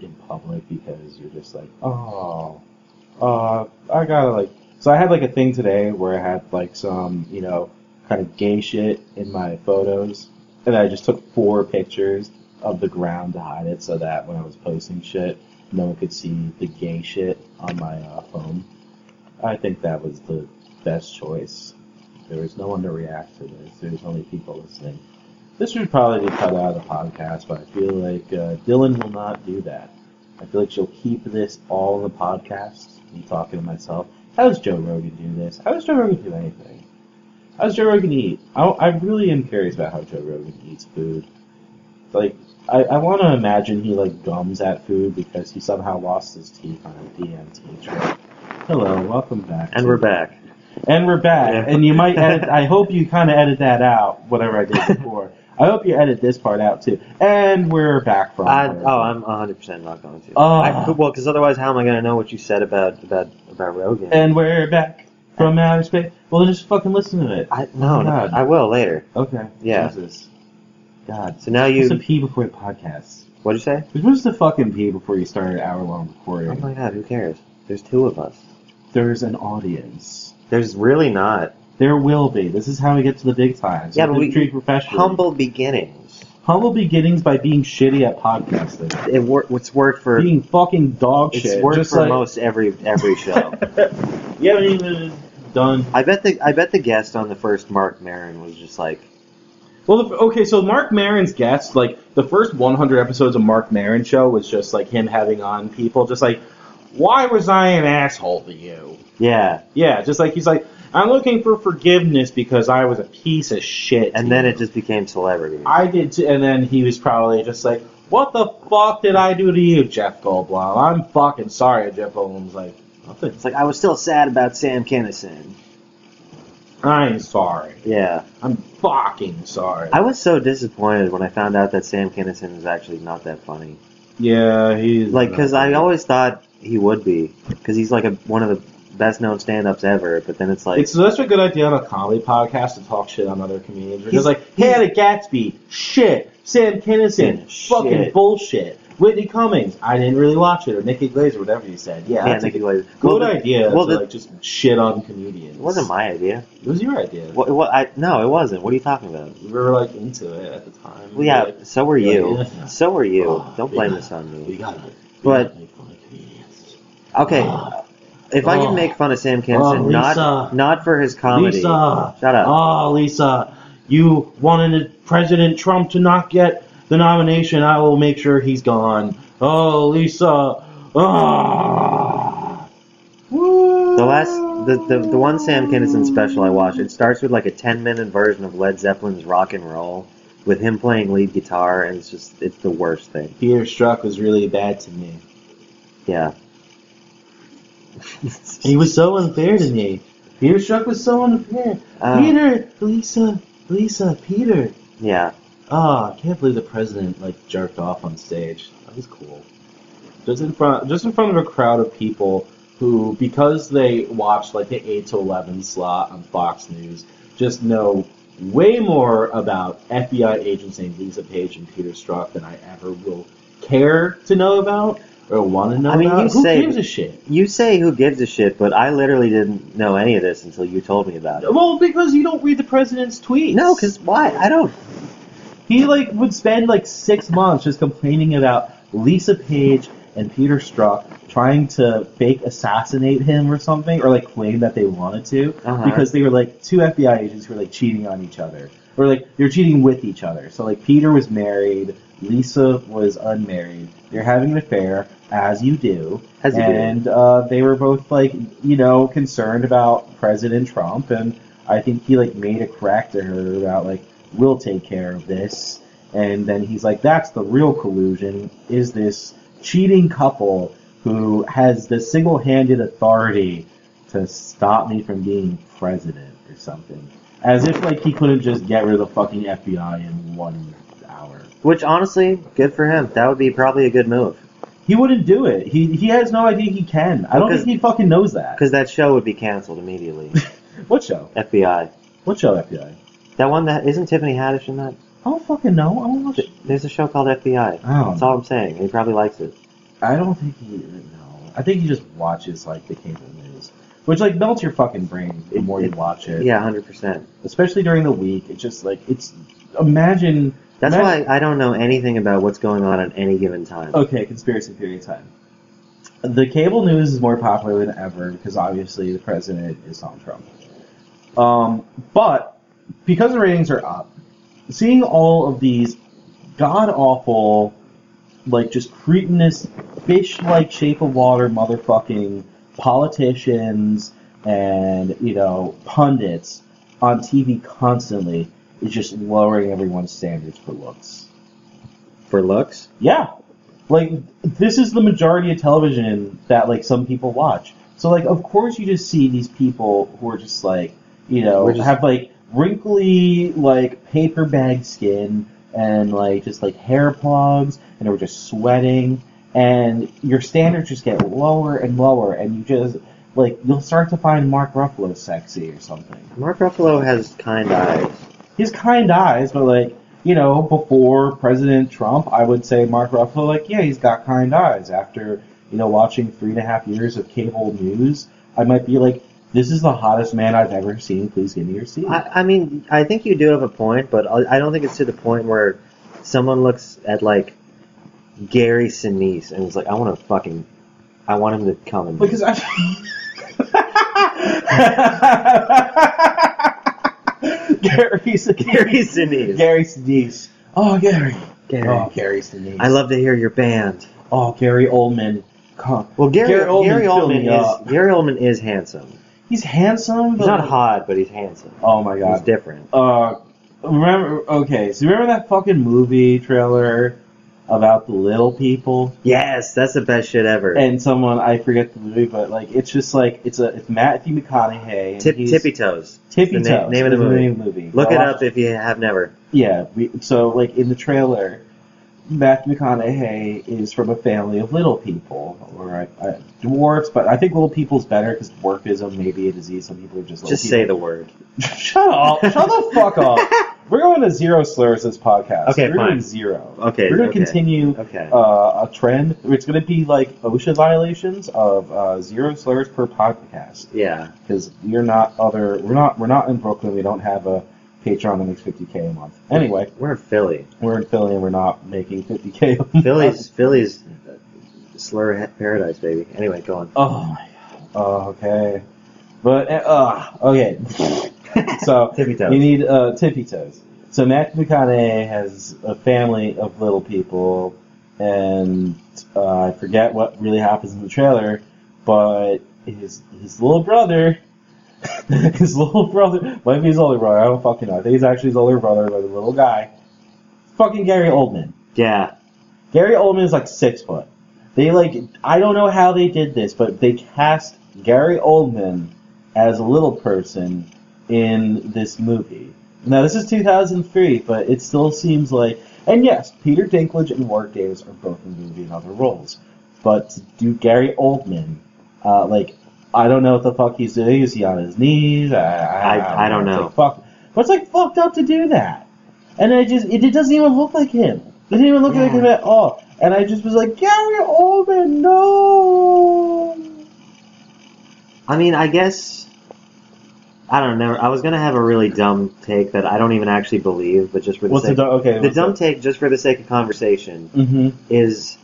in public because you're just like, oh, uh, I gotta like. So I had like a thing today where I had like some you know kind of gay shit in my photos, and I just took four pictures of the ground to hide it so that when I was posting shit, no one could see the gay shit on my uh, phone. I think that was the best choice. There was no one to react to this. There's only people listening. This should probably be cut out of the podcast, but I feel like uh, Dylan will not do that. I feel like she'll keep this all in the podcast. Me talking to myself. How does Joe Rogan do this? How does Joe Rogan do anything? How does Joe Rogan eat? I, I really am curious about how Joe Rogan eats food. Like, I, I want to imagine he like gums at food because he somehow lost his teeth on a DMT trip. Hello, welcome back. And to- we're back. and we're back. Yeah. And you might edit. I hope you kind of edit that out, whatever I did before. I hope you edit this part out too. And we're back from. I, oh, I'm 100 percent not going to. Oh. I could- well, because otherwise, how am I going to know what you said about about about Rogan? and we're back from outer space. Well, then just fucking listen to it. I no, no, God. I will later. Okay. Yeah. Jesus. God. So now You you, to pee before the podcast. what'd you say? You're supposed to fucking pee before you start an hour long Oh recording. my god, who cares? There's two of us. There's an audience. There's really not There will be. This is how we get to the big times. Yeah, You have but to we- treat professionally. humble beginnings. humble beginnings by being shitty at podcasting. It wor- it's worked for Being fucking dog it's shit. worked just for like, most every every show. you haven't even uh, done. I bet the I bet the guest on the first Mark Maron was just like, Well, the, okay, so Mark Maron's guest, like the first 100 episodes of Mark Maron show was just like him having on people, just like, why was I an asshole to you? yeah, Yeah, just like he's like, I'm looking for forgiveness because I was a piece of shit. to and then you." it just became celebrity. I did, too, and then he was probably just like, "What the fuck did I do to you, Jeff Goldblum? I'm fucking sorry." Jeff Goldblum's like, "Nothing. It's like I was still sad about Sam Kinison. I'm sorry. Yeah, I'm fucking sorry." I was so disappointed when I found out that Sam Kinison is actually not that funny. Yeah, he's Like, because I always thought he would be, because he's like a, one of the best known stand ups ever. But then it's like, It's such a good idea on a comedy podcast to talk shit on other comedians. Because He's- like Hannah Gatsby, shit. Sam Kinison, Yeah, fucking shit. bullshit. Whitney Cummings, I didn't really watch it, or Nikki Glaser, whatever you said. Yeah, that's Nikki a Glaser. good well, idea well, to the- like just shit on comedians. It wasn't my idea. It was your idea. What, what, I, no, it wasn't. What are you talking about? We were like into it at the time. Well, yeah, We were like, so were you. Yeah. So were you. Oh, Don't blame yeah. this on we me. gotta, we But- gotta make fun of comedians. Okay, Ah, if I Oh. can make fun of Sam oh, Kinison, Lisa, not not for his comedy. Lisa, Shut up. Oh, Lisa, you wanted President Trump to not get the nomination. I will make sure he's gone. Oh, Lisa. Ah. The Oh. last, the, the the one Sam Kinison special I watched, it starts with like a ten minute version of Led Zeppelin's Rock and Roll, with him playing lead guitar, and it's just it's the worst thing. Peter Strzok was really bad to me. Yeah. He was so unfair to me. Peter Strzok was so unfair. Uh, Peter, Lisa, Lisa, Peter. yeah. Ah, I can't believe the president like jerked off on stage. That was cool. Just in front, just in front of a crowd of people who, because they watch like the eight to eleven slot on Fox News, just know way more about FBI agents named Lisa Page and Peter Strzok than I ever will care to know about or want to know I mean, about. you who say- gives a shit? You say who gives a shit, but I literally didn't know any of this until you told me about it. Well, because you don't read the president's tweets. No, because why? I don't. He like would spend like six months just complaining about Lisa Page and Peter Strzok trying to fake assassinate him or something, or like claim that they wanted to Uh-huh. because they were like two FBI agents who were like cheating on each other, or like they're cheating with each other. So like Peter was married, Lisa was unmarried. They're having an affair, as you do, As you do. and uh, they were both like you know concerned about President Trump, and I think he like made a crack to her about like we'll take care of this, and then he's like that's the real collusion is this cheating couple who has the single-handed authority to stop me from being president or something. As if like he couldn't just get rid of the fucking FBI in one hour. Which honestly, good for him. That would be probably a good move He wouldn't do it. He he has no idea he can. I don't Because- think he fucking knows that. because that show would be canceled immediately. What show? FBI. What show FBI? That one that isn't Tiffany Haddish in that. I don't fucking know. I don't watch. Th- There's a show called FBI. I don't. That's all I'm saying. He probably likes it. I don't think he. No. I think he just watches like the cable news, which like melts your fucking brain the It- more you it- watch it. Yeah, hundred percent. Especially during the week, it's just like it's. Imagine. That's imagine, why I don't know anything about what's going on at any given time. Okay, conspiracy theory time. The cable news is more popular than ever because obviously the president is Donald Trump. Um, but because the ratings are up, seeing all of these god awful, like just cretinous, fish like shape of water motherfucking politicians and, you know, pundits on TV constantly is just lowering everyone's standards for looks. For looks, Yeah. Like this is the majority of television that like some people watch. So like of course you just see these people who are just like, you know, We're just- have like wrinkly like paper bag skin and like just like hair plugs and are just sweating and your standards just get lower and lower and you just like you'll start to find Mark Ruffalo sexy or something. Mark Ruffalo has kind eyes. He's kind eyes, but like you know, before President Trump, I would say Mark Ruffalo, like yeah, he's got kind eyes. After you know, watching three and a half years of cable news, I might be like, this is the hottest man I've ever seen. Please give me your seat. I, I mean, I think you do have a point, but I I don't think it's to the point where someone looks at like Gary Sinise and is like, I want to fucking, I want him to come and. because I. Gary's Gary Sinise. Gary's niece. Oh, Gary. Gary. Oh, Gary's niece. I love to hear your band. Oh, Gary Oldman. Come. Well, Gary, Gary Gary Oldman Oldman, filled me up. is Gary Oldman is handsome. He's handsome, but He's not hot, but he's handsome. Oh my He's god. different. Uh, remember? Okay, so remember that fucking movie trailer about the little people Yes, that's the best shit ever. and someone I forget the movie, but like it's just like it's a it's Matthew McConaughey. And Tip, he's- tippy toes. Tippy the na- Toes name of the is movie. Name of the movie. Look I it watched- up if you have never. Yeah. We, so like in the trailer, Matthew McConaughey is from a family of little people or uh, dwarfs, but I think little people's better because dwarfism may be a disease. Some people are just little Just people. say the word. Shut up! Shut the fuck up! We're going to zero slurs this podcast. Okay, We're doing fine. zero. Okay, We're going okay. to continue Okay. uh, a trend. It's going to be like OSHA violations of uh, zero slurs per podcast yeah. because you're not other. We're not. We're not in Brooklyn. We don't have a Patreon that makes 50k a month. Anyway, We're in Philly. we're in Philly and we're not making 50k. A month. Philly's Philly's slur ha- paradise, baby. Anyway, go on. Oh my god. Oh, okay. But uh, uh, okay. so Tippy toes. you need uh, tippy toes. So Matthew McConaughey has a family of little people, and uh, I forget what really happens in the trailer, but his his little brother, his little brother, might be his older brother. I don't fucking know. I think he's actually his older brother, but the little guy, fucking Gary Oldman. yeah. Gary Oldman is like six foot. They like I don't know how they did this, but they cast Gary Oldman as a little person in this movie. Now this is 2003, but it still seems like. And yes, Peter Dinklage and Warwick Davis are both in the movie in other roles, but to do Gary Oldman, uh, like I don't know what the fuck he's doing. Is he on his knees? I, I, I- I don't know. It's like, fuck, but it's like fucked up to do that, and I just it, it doesn't even look like him. It didn't even look like Yeah. him at all. And I just was like, Gary Oldman, no. I mean, I guess I don't know. I was gonna have a really dumb take that I don't even actually believe, but just for the What's the sake dumb? Okay, the dumb take, just for the sake of conversation, hmm is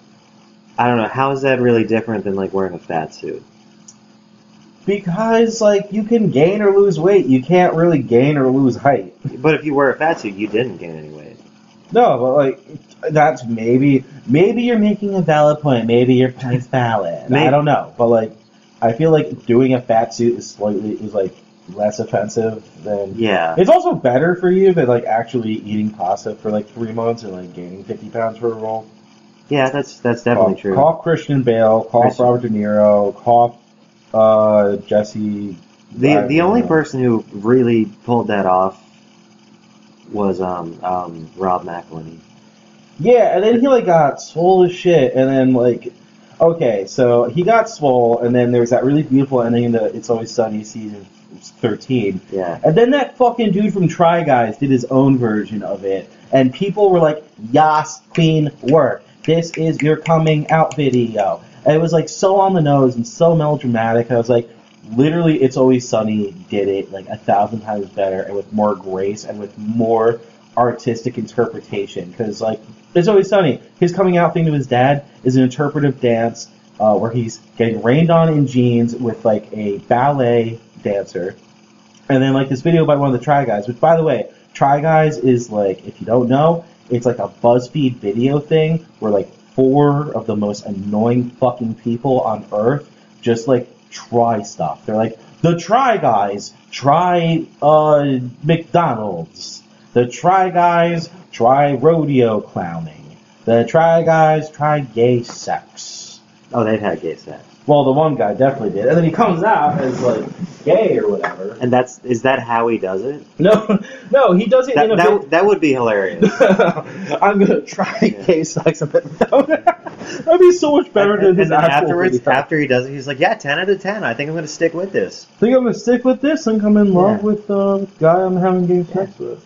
I don't know. How is that really different than like wearing a fat suit? Because like you can gain or lose weight, you can't really gain or lose height. But if you wear a fat suit, you didn't gain any weight. No, but like that's maybe maybe you're making a valid point. Maybe your point's valid. May- I don't know, but like I feel like doing a fat suit is slightly is like less offensive than. Yeah. It's also better for you than like actually eating pasta for like three months and like gaining fifty pounds for a roll. Yeah, that's that's definitely cough, true. Cough Christian Bale, cough Christian. Robert De Niro, cough uh, Jesse. The I the don't only know. person who really pulled that off was um um Rob McElhenney. Yeah, and then he like got swole as shit, and then like, okay, so he got swole, and then there was that really beautiful ending to It's Always Sunny season thirteen, Yeah. and then that fucking dude from Try Guys did his own version of it, and people were like, "Yas, queen, work! This is your coming out video." And it was like so on the nose and so melodramatic. I was like, literally, It's Always Sunny did it like a thousand times better and with more grace and with more artistic interpretation. Because like, It's Always Sunny, his coming out thing to his dad is an interpretive dance uh, where he's getting rained on in jeans with like a ballet dancer. And then like this video by one of the Try Guys, which by the way, Try Guys is like, if you don't know, it's like a BuzzFeed video thing where like four of the most annoying fucking people on earth just like try stuff. They're like, the Try Guys try uh McDonald's. The Try Guys try rodeo clowning. The Try Guys try gay sex. Oh, they've had gay sex. Well, the one guy definitely did. And then he comes out as like gay or whatever. And that's is that how he does it? No, no, he does it in That a that, bit- that would be hilarious. I'm gonna try Yeah. gay sex and then that'd be so much better and, than and his then actual afterwards, video. after he does it, he's like, "Yeah, ten out of ten. I think I'm gonna stick with this." I think I'm gonna stick with this and come in love Yeah. with uh, the guy I'm having gay sex with.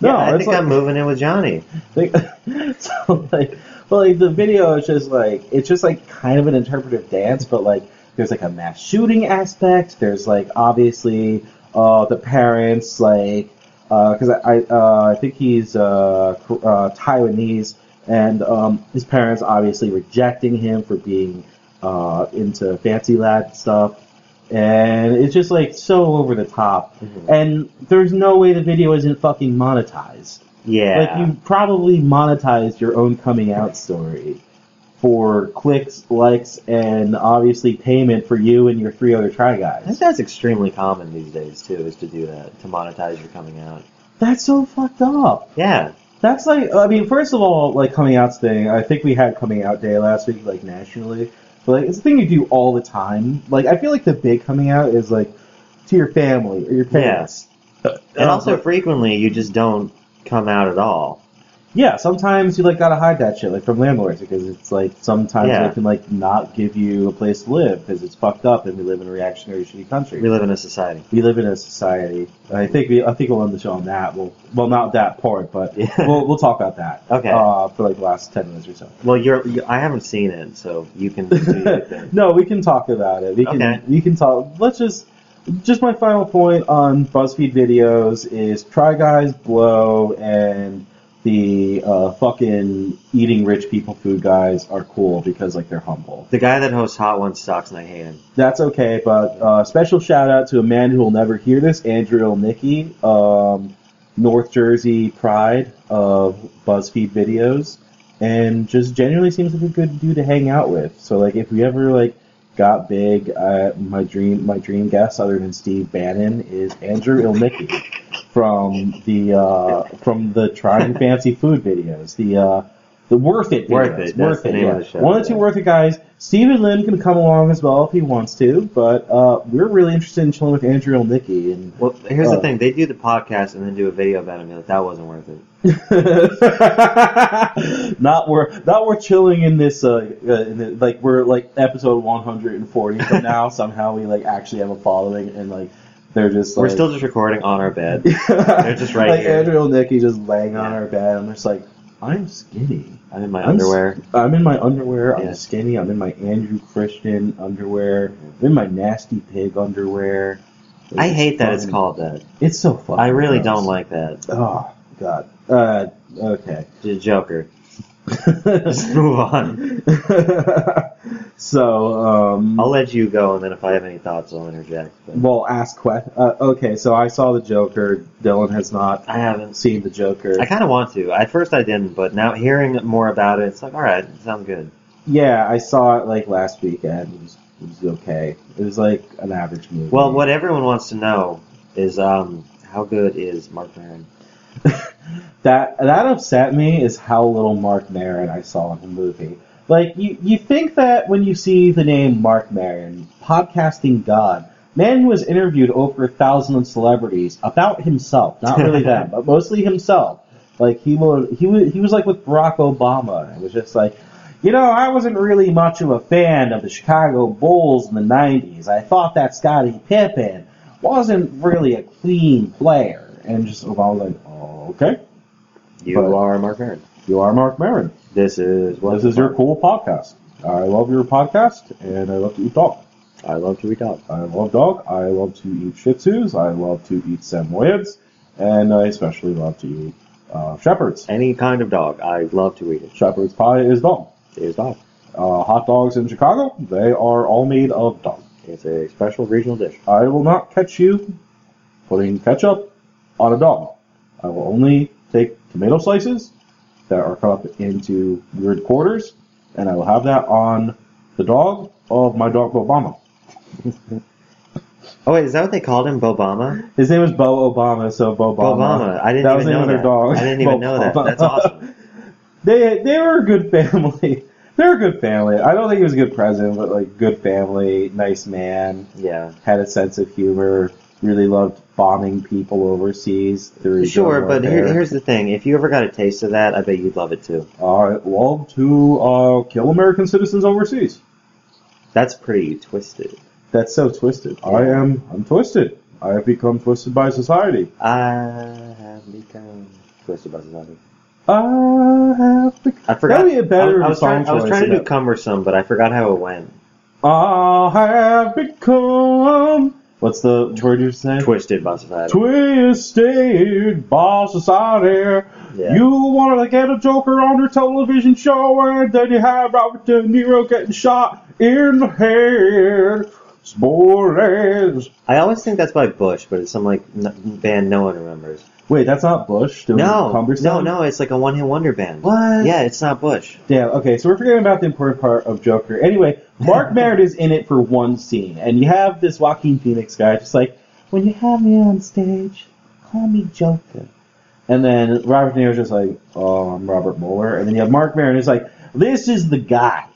No, yeah, I it's think like- I'm moving in with Johnny. Like, so like, but like the video is just like it's just like kind of an interpretive dance, but like there's like a mass shooting aspect. There's like obviously uh, the parents like because I I, uh, I think he's uh, K- uh, Taiwanese and um, his parents obviously rejecting him for being uh, into fancy lad stuff. And it's just like so over the top, and there's no way the video isn't fucking monetized. Yeah. Like you probably monetized your own coming out story for clicks, likes, and obviously payment for you and your three other try I think guys. that's extremely common these days too, is to do that to monetize your coming out. That's so fucked up. Yeah. That's like I mean, first of all, like coming outs thing. I think we had coming out day last week, like nationally. But like it's a thing you do all the time. Like I feel like the big coming out is like to your family or your parents. Um, And also frequently you just don't come out at all. yeah, sometimes you like gotta hide that shit, like from landlords, because it's like sometimes Yeah. they can like not give you a place to live because it's fucked up, and we live in a reactionary, shitty country. We live in a society. We live in a society. And I think we, I think we'll end the show on that. We'll, well, not that part, but Yeah. we'll, we'll talk about that. Okay. Uh, for like the last ten minutes or so. Well, you're. You, I haven't seen it, so you can. Do your thing. no, we can talk about it. We can Okay. we can talk. Let's just just my final point on BuzzFeed videos is Try Guys, Blow, and the uh, fucking eating rich people food guys are cool because like they're humble. The guy that hosts Hot Ones sucks, and I hate him. That's okay, but uh, special shout out to a man who will never hear this, Andrew Olnicki, um, North Jersey pride of BuzzFeed videos, and just genuinely seems like a good dude to hang out with. So like, if we ever like got big, uh, my dream my dream guest other than Steve Bannon is Andrew Ilnicki from the uh, from the trying fancy food videos. The uh, the worth it videos. Worth It, that's worth the it. name yeah. of the show, One of the two yeah. worth it guys. Steven Lim can come along as well if he wants to, but uh, we're really interested in chilling with Andrew Ilnicki and Well, here's Oh. the thing: they do the podcast and then do a video about him. and That wasn't worth it. not we're not we're chilling in this uh, uh in the, like we're like episode 140 from now somehow we like actually have a following and like they're just like We're still just recording on our bed. they're just right like here. Andrew and Nikki just laying on Yeah. our bed I'm just like I'm skinny I'm in my I'm s- underwear. I'm in my underwear I'm Yeah. skinny I'm in my Andrew Christian underwear I'm in my nasty pig underwear I It's hate that it's fucking- called that. it's so fucking I really gross. don't like that. oh god uh okay J- Joker. Just move on. so, um, I'll let you go, and then if I have any thoughts, I'll interject. But well, ask questions. Uh, okay, so I saw the Joker. Dylan has not I haven't. seen the Joker. I kind of want to. At first, I didn't, but now hearing more about it, it's like, all right, sounds good. Yeah, I saw it like last weekend. It was, it was okay. It was like an average movie. Well, what everyone wants to know is um, how good is Mark Maron? that that upset me is how little Mark Maron I saw in the movie. Like you, you think that when you see the name Mark Maron, podcasting god, man who has interviewed over a thousand celebrities about himself, not really them, but mostly himself. Like he was, he was, he was like with Barack Obama. It was just like, you know, I wasn't really much of a fan of the Chicago Bulls in the '90s. I thought that Scottie Pippen wasn't really a clean player, and just I was like, oh, okay. You But- are Mark Maron. You are Mark Marin. This is what This is your cool podcast. I love your podcast, and I love to eat dog. I love to read dog. I love dog. I love to eat Shih Tzus. I love to eat Samoyeds, and I especially love to eat uh, shepherds. Any kind of dog, I love to eat it. Shepherd's pie is dog. It is dog. Uh, hot dogs in Chicago, they are all made of dog. It's a special regional dish. I will not catch you putting ketchup on a dog. I will only take tomato slices that are cut up into weird quarters, and I will have that on the dog of my dog Obama. Oh wait, is that what they called him, Bobama? His name is Bo Obama, so Bo Obama. Obama. I didn't That even was the know name of their that. dog. I didn't even know that. Obama. That's awesome. They they were a good family. They're a good family. I don't think he was a good president, but like good family, nice man, Yeah. had a sense of humor, really loved bombing people overseas through Sure, guerrilla but here, warfare. here's the thing: if you ever got a taste of that, I bet you'd love it too. I love to uh, kill American citizens overseas. That's pretty twisted. That's so twisted. I am. I'm twisted. I have become twisted by society. I have become twisted by society. I have become. I forgot. That'd be a better I, I was song trying. I was choice trying to than do cumbersome, but I forgot how it went. I have become. What's the word you're saying? Twisted by society. Twisted by society. Yeah. You want to get a Joker on your television show, and then you have Robert De Niro getting shot in the head. Spoilers. I always think that's by Bush, but it's some like n- band no one remembers. Wait, that's not Bush doing No, cumbersome. no, no. It's like a one-hit wonder band. What? Yeah, it's not Bush. Damn. Okay, so we're forgetting about the important part of Joker. Anyway, Mark Merritt is in it for one scene, and you have this Joaquin Phoenix guy just like, when you have me on stage, call me Joker. And then Robert De Niro's just like, oh, I'm Robert Mueller. And then you have Mark Merritt who's like, this is the guy.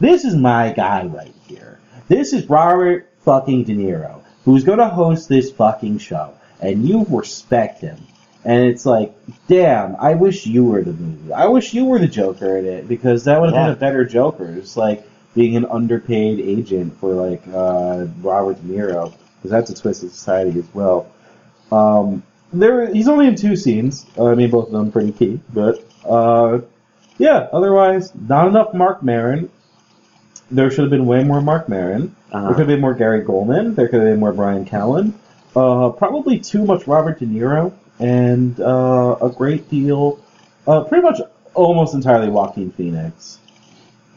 This is my guy right here. This is Robert fucking De Niro, who's going to host this fucking show, and you respect him. And it's like, damn, I wish you were the movie. I wish you were the Joker in it because that would have Yeah. been a better Joker. It's like being an underpaid agent for like uh, Robert De Niro because that's a twisted society as well. Um, there, he's only in two scenes. Uh, I mean, both of them pretty key, but uh, yeah. Otherwise, not enough Mark Maron. There should have been way more Mark Maron. There could Uh, have been more Gary Goldman. There could have been more Brian Callen. Uh, probably too much Robert De Niro and uh, a great deal, uh, pretty much almost entirely Joaquin Phoenix.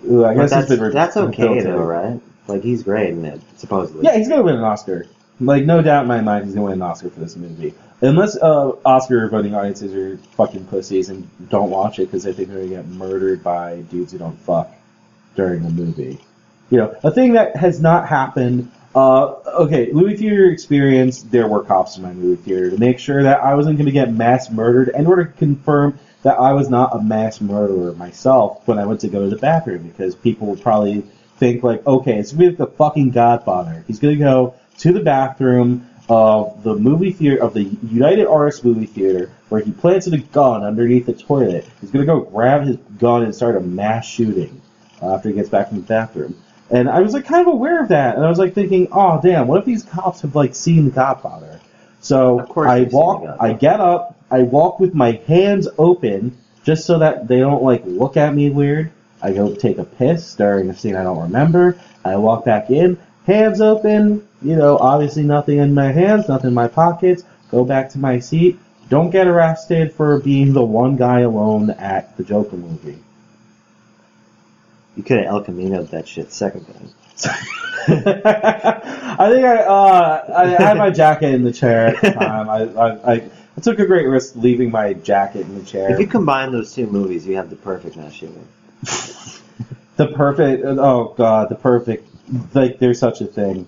Ooh, I but guess he's that's, been re- that's okay rebuilt though, it. right? Like he's great in it, supposedly. Yeah, he's gonna win an Oscar. Like no doubt in my mind, he's gonna win an Oscar for this movie. Unless uh, Oscar voting audiences are fucking pussies and don't watch it because they think they're gonna get murdered by dudes who don't fuck during the movie. You know, a thing that has not happened. Uh, okay, movie theater experience. There were cops in my movie theater to make sure that I wasn't gonna get mass murdered and or to confirm that I was not a mass murderer myself when I went to go to the bathroom because people would probably think like, okay, it's with the fucking Godfather. He's gonna go to the bathroom of the movie theater of the United Artists movie theater where he planted a gun underneath the toilet. He's gonna go grab his gun and start a mass shooting uh, after he gets back from the bathroom. And I was like kind of aware of that, and I was like thinking, oh damn, what if these cops have like seen the Godfather? So Of course I they've seen walk, The Godfather. I get up, I walk with my hands open just so that they don't like look at me weird. I go take a piss during a scene I don't remember. I walk back in, hands open, you know, obviously nothing in my hands, nothing in my pockets. Go back to my seat. Don't get arrested for being the one guy alone at the Joker movie. You could have El Camino that shit second thing. I think I, uh, I had my jacket in the chair at the time. I, I, I, I took a great risk leaving my jacket in the chair. If you combine those two movies, you have the perfect mass shooting. The perfect. Oh god, the perfect. Like there's such a thing.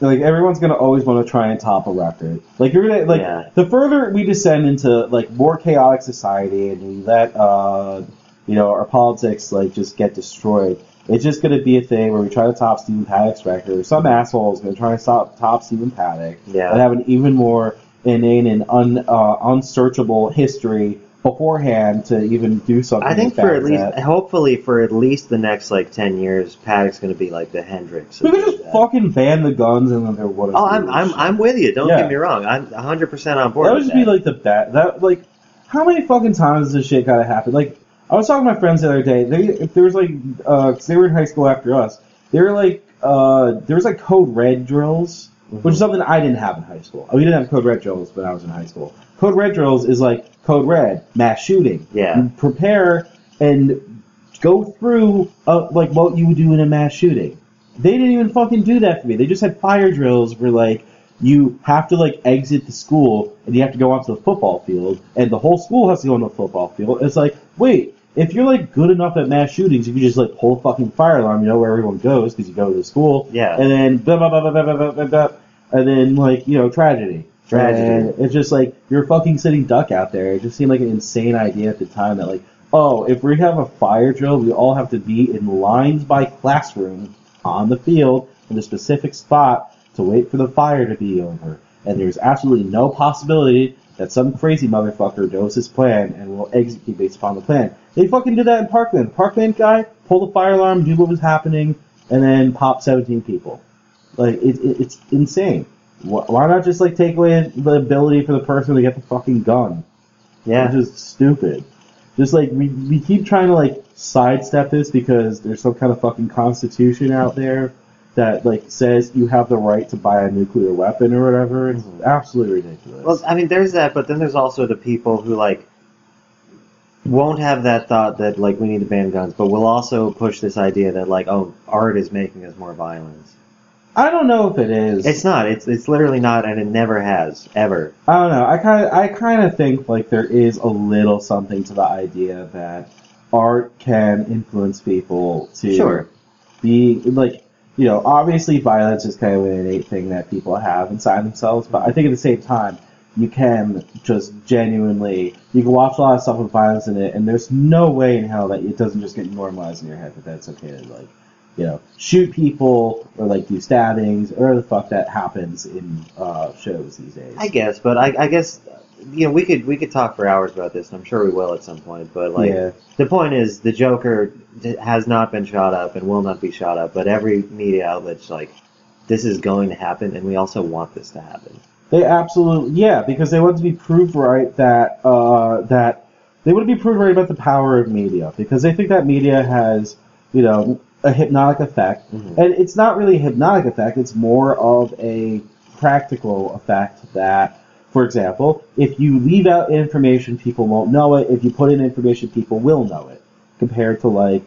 Like everyone's gonna always want to try and top a record. Like you're gonna like Yeah. the further we descend into like more chaotic society and we let uh you know our politics like just get destroyed. It's just gonna be a thing where we try to top Stephen Paddock's record. Or some asshole is gonna try and stop top Stephen Paddock Yeah. that have an even more inane and un, uh, unsearchable history beforehand to even do something. I think like for that. at least, hopefully for at least the next like ten years, Paddock's going to be like the Hendrix. of We could just that. fucking ban the guns and then there would. Oh, I'm, I'm, I'm with you. Don't Yeah. get me wrong. I'm 100 percent on board. That would with just be like the bat. That like, how many fucking times does this shit gotta happen? Like, I was talking to my friends the other day. They if there was like, uh, 'cause they were in high school after us. They were like, uh, there was like code red drills, Mm-hmm. which is something I didn't have in high school. We didn't have code red drills when I was in high school. Code red drills is like code red mass shooting. Yeah. You prepare and go through uh, like what you would do in a mass shooting. They didn't even fucking do that for me. They just had fire drills where like you have to like exit the school and you have to go onto the football field and the whole school has to go onto the football field. It's like, wait, if you're like good enough at mass shootings, you can just like pull a fucking fire alarm, you know where everyone goes because you go to the school. Yeah. And then blah blah blah blah blah blah blah blah, and then like you know tragedy. Tragedy. And it's just like you're a fucking sitting duck out there. It just seemed like an insane idea at the time that like, oh, if we have a fire drill, we all have to be in lines by classroom on the field in a specific spot to wait for the fire to be over. And there's absolutely no possibility that some crazy motherfucker knows his plan and will execute based upon the plan. They fucking did that in Parkland. Parkland guy pulled the fire alarm, knew what was happening, and then popped 17 people. Like it, it, it's insane. Wh- Why not just like take away the ability for the person to get the fucking gun? yeah. Which is stupid. Just like we, we keep trying to like sidestep this because there's some kind of fucking constitution out there that like says you have the right to buy a nuclear weapon or whatever. It's Mhm. absolutely ridiculous. Well, I mean, there's that, but then there's also the people who like won't have that thought that like we need to ban guns, but will also push this idea that like oh, art is making us more violent. I don't know if it is. It's not. It's it's literally not, and it never has ever. I don't know. I kind of I kind of think like there is a little something to the idea that art can influence people to Sure. be like you know obviously violence is kind of an innate thing that people have inside themselves but i think at the same time you can just genuinely you can watch a lot of stuff with violence in it and there's no way in hell that it doesn't just get normalized in your head that that's okay to like you know shoot people or like do stabbings or the fuck that happens in uh, shows these days I guess, but I, I guess you know, we could we could talk for hours about this, and I'm sure we will at some point. But like, yeah. the point is, the Joker d- has not been shot up and will not be shot up. But every media outlet's like, this is going to happen, and we also want this to happen. They absolutely yeah, because they want to be proved right that uh, that they want to be proved right about the power of media because they think that media has you know a hypnotic effect, Mhm. and it's not really a hypnotic effect. It's more of a practical effect that. For example, if you leave out information, people won't know it. If you put in information, people will know it. Compared to like,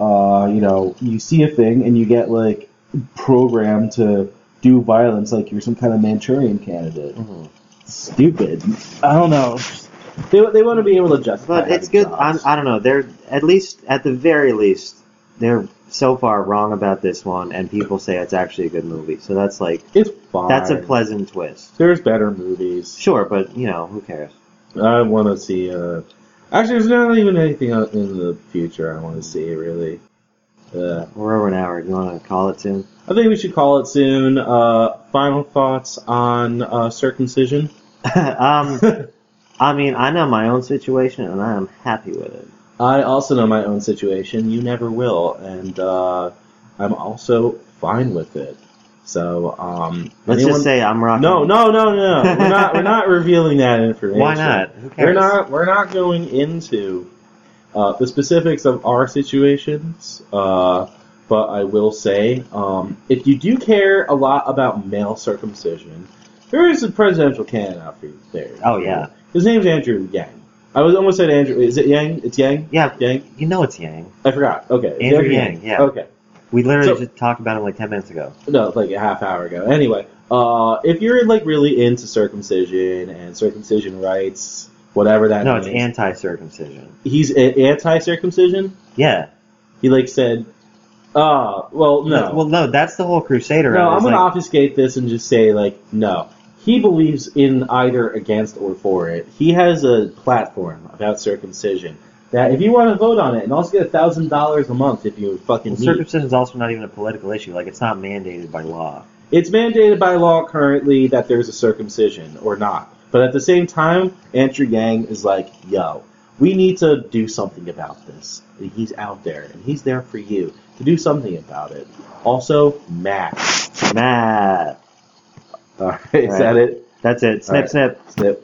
uh, you know, you see a thing and you get like programmed to do violence like you're some kind of Manchurian candidate. Mm-hmm. Stupid. I don't know. They, they want to be able to justify. But it's having good. I, jobs. I don't know. They're at least at the very least they're so far wrong about this one, and people say it's actually a good movie. So that's like it's fine. that's a pleasant twist. There's better movies. Sure, but you know who cares? I want to see. Uh, actually, there's not even anything out in the future I want to see really. Uh, We're over an hour. Do you want to call it soon? I think we should call it soon. Uh, final thoughts on uh, circumcision. um, I mean, I know my own situation, and I am happy with it. I also know my own situation. You never will, and uh, I'm also fine with it. So um, Let's anyone- just say I'm rocking. No, no, no, no. We're not. We're not revealing that information. Why not? Who cares? We're not. We're not going into uh, the specifics of our situations. Uh, but I will say, um, if you do care a lot about male circumcision, there is a presidential candidate out for you there. Oh, yeah. His name's Andrew Yang. I was almost said Andrew. Is it Yang? It's Yang. Yeah, Yang. you know it's Yang. I forgot. Okay. It's Andrew Yang, yeah. Okay. We literally So- just talked about him like ten minutes ago. no, like a half hour ago. Anyway, uh, if you're like really into circumcision and circumcision rights, whatever that No, means, it's anti-circumcision. he's a- anti-circumcision. Yeah. He like said, "Ah, well, no, Well, no, that's the whole crusader. no, I'm like, gonna obfuscate this and just say like no." He believes in either against or for it. He has a platform about circumcision that if you want to vote on it and also get a thousand dollars a month if you fucking Well, need. circumcision is also not even a political issue. Like it's not mandated by law. It's mandated by law currently that there's a circumcision or not. But at the same time, Andrew Yang is like, yo, we need to do something about this. And He's out there, and he's there for you to do something about it. Also, Matt. Matt, All right, is that it? that's it. Snip, All right. snip. Snip.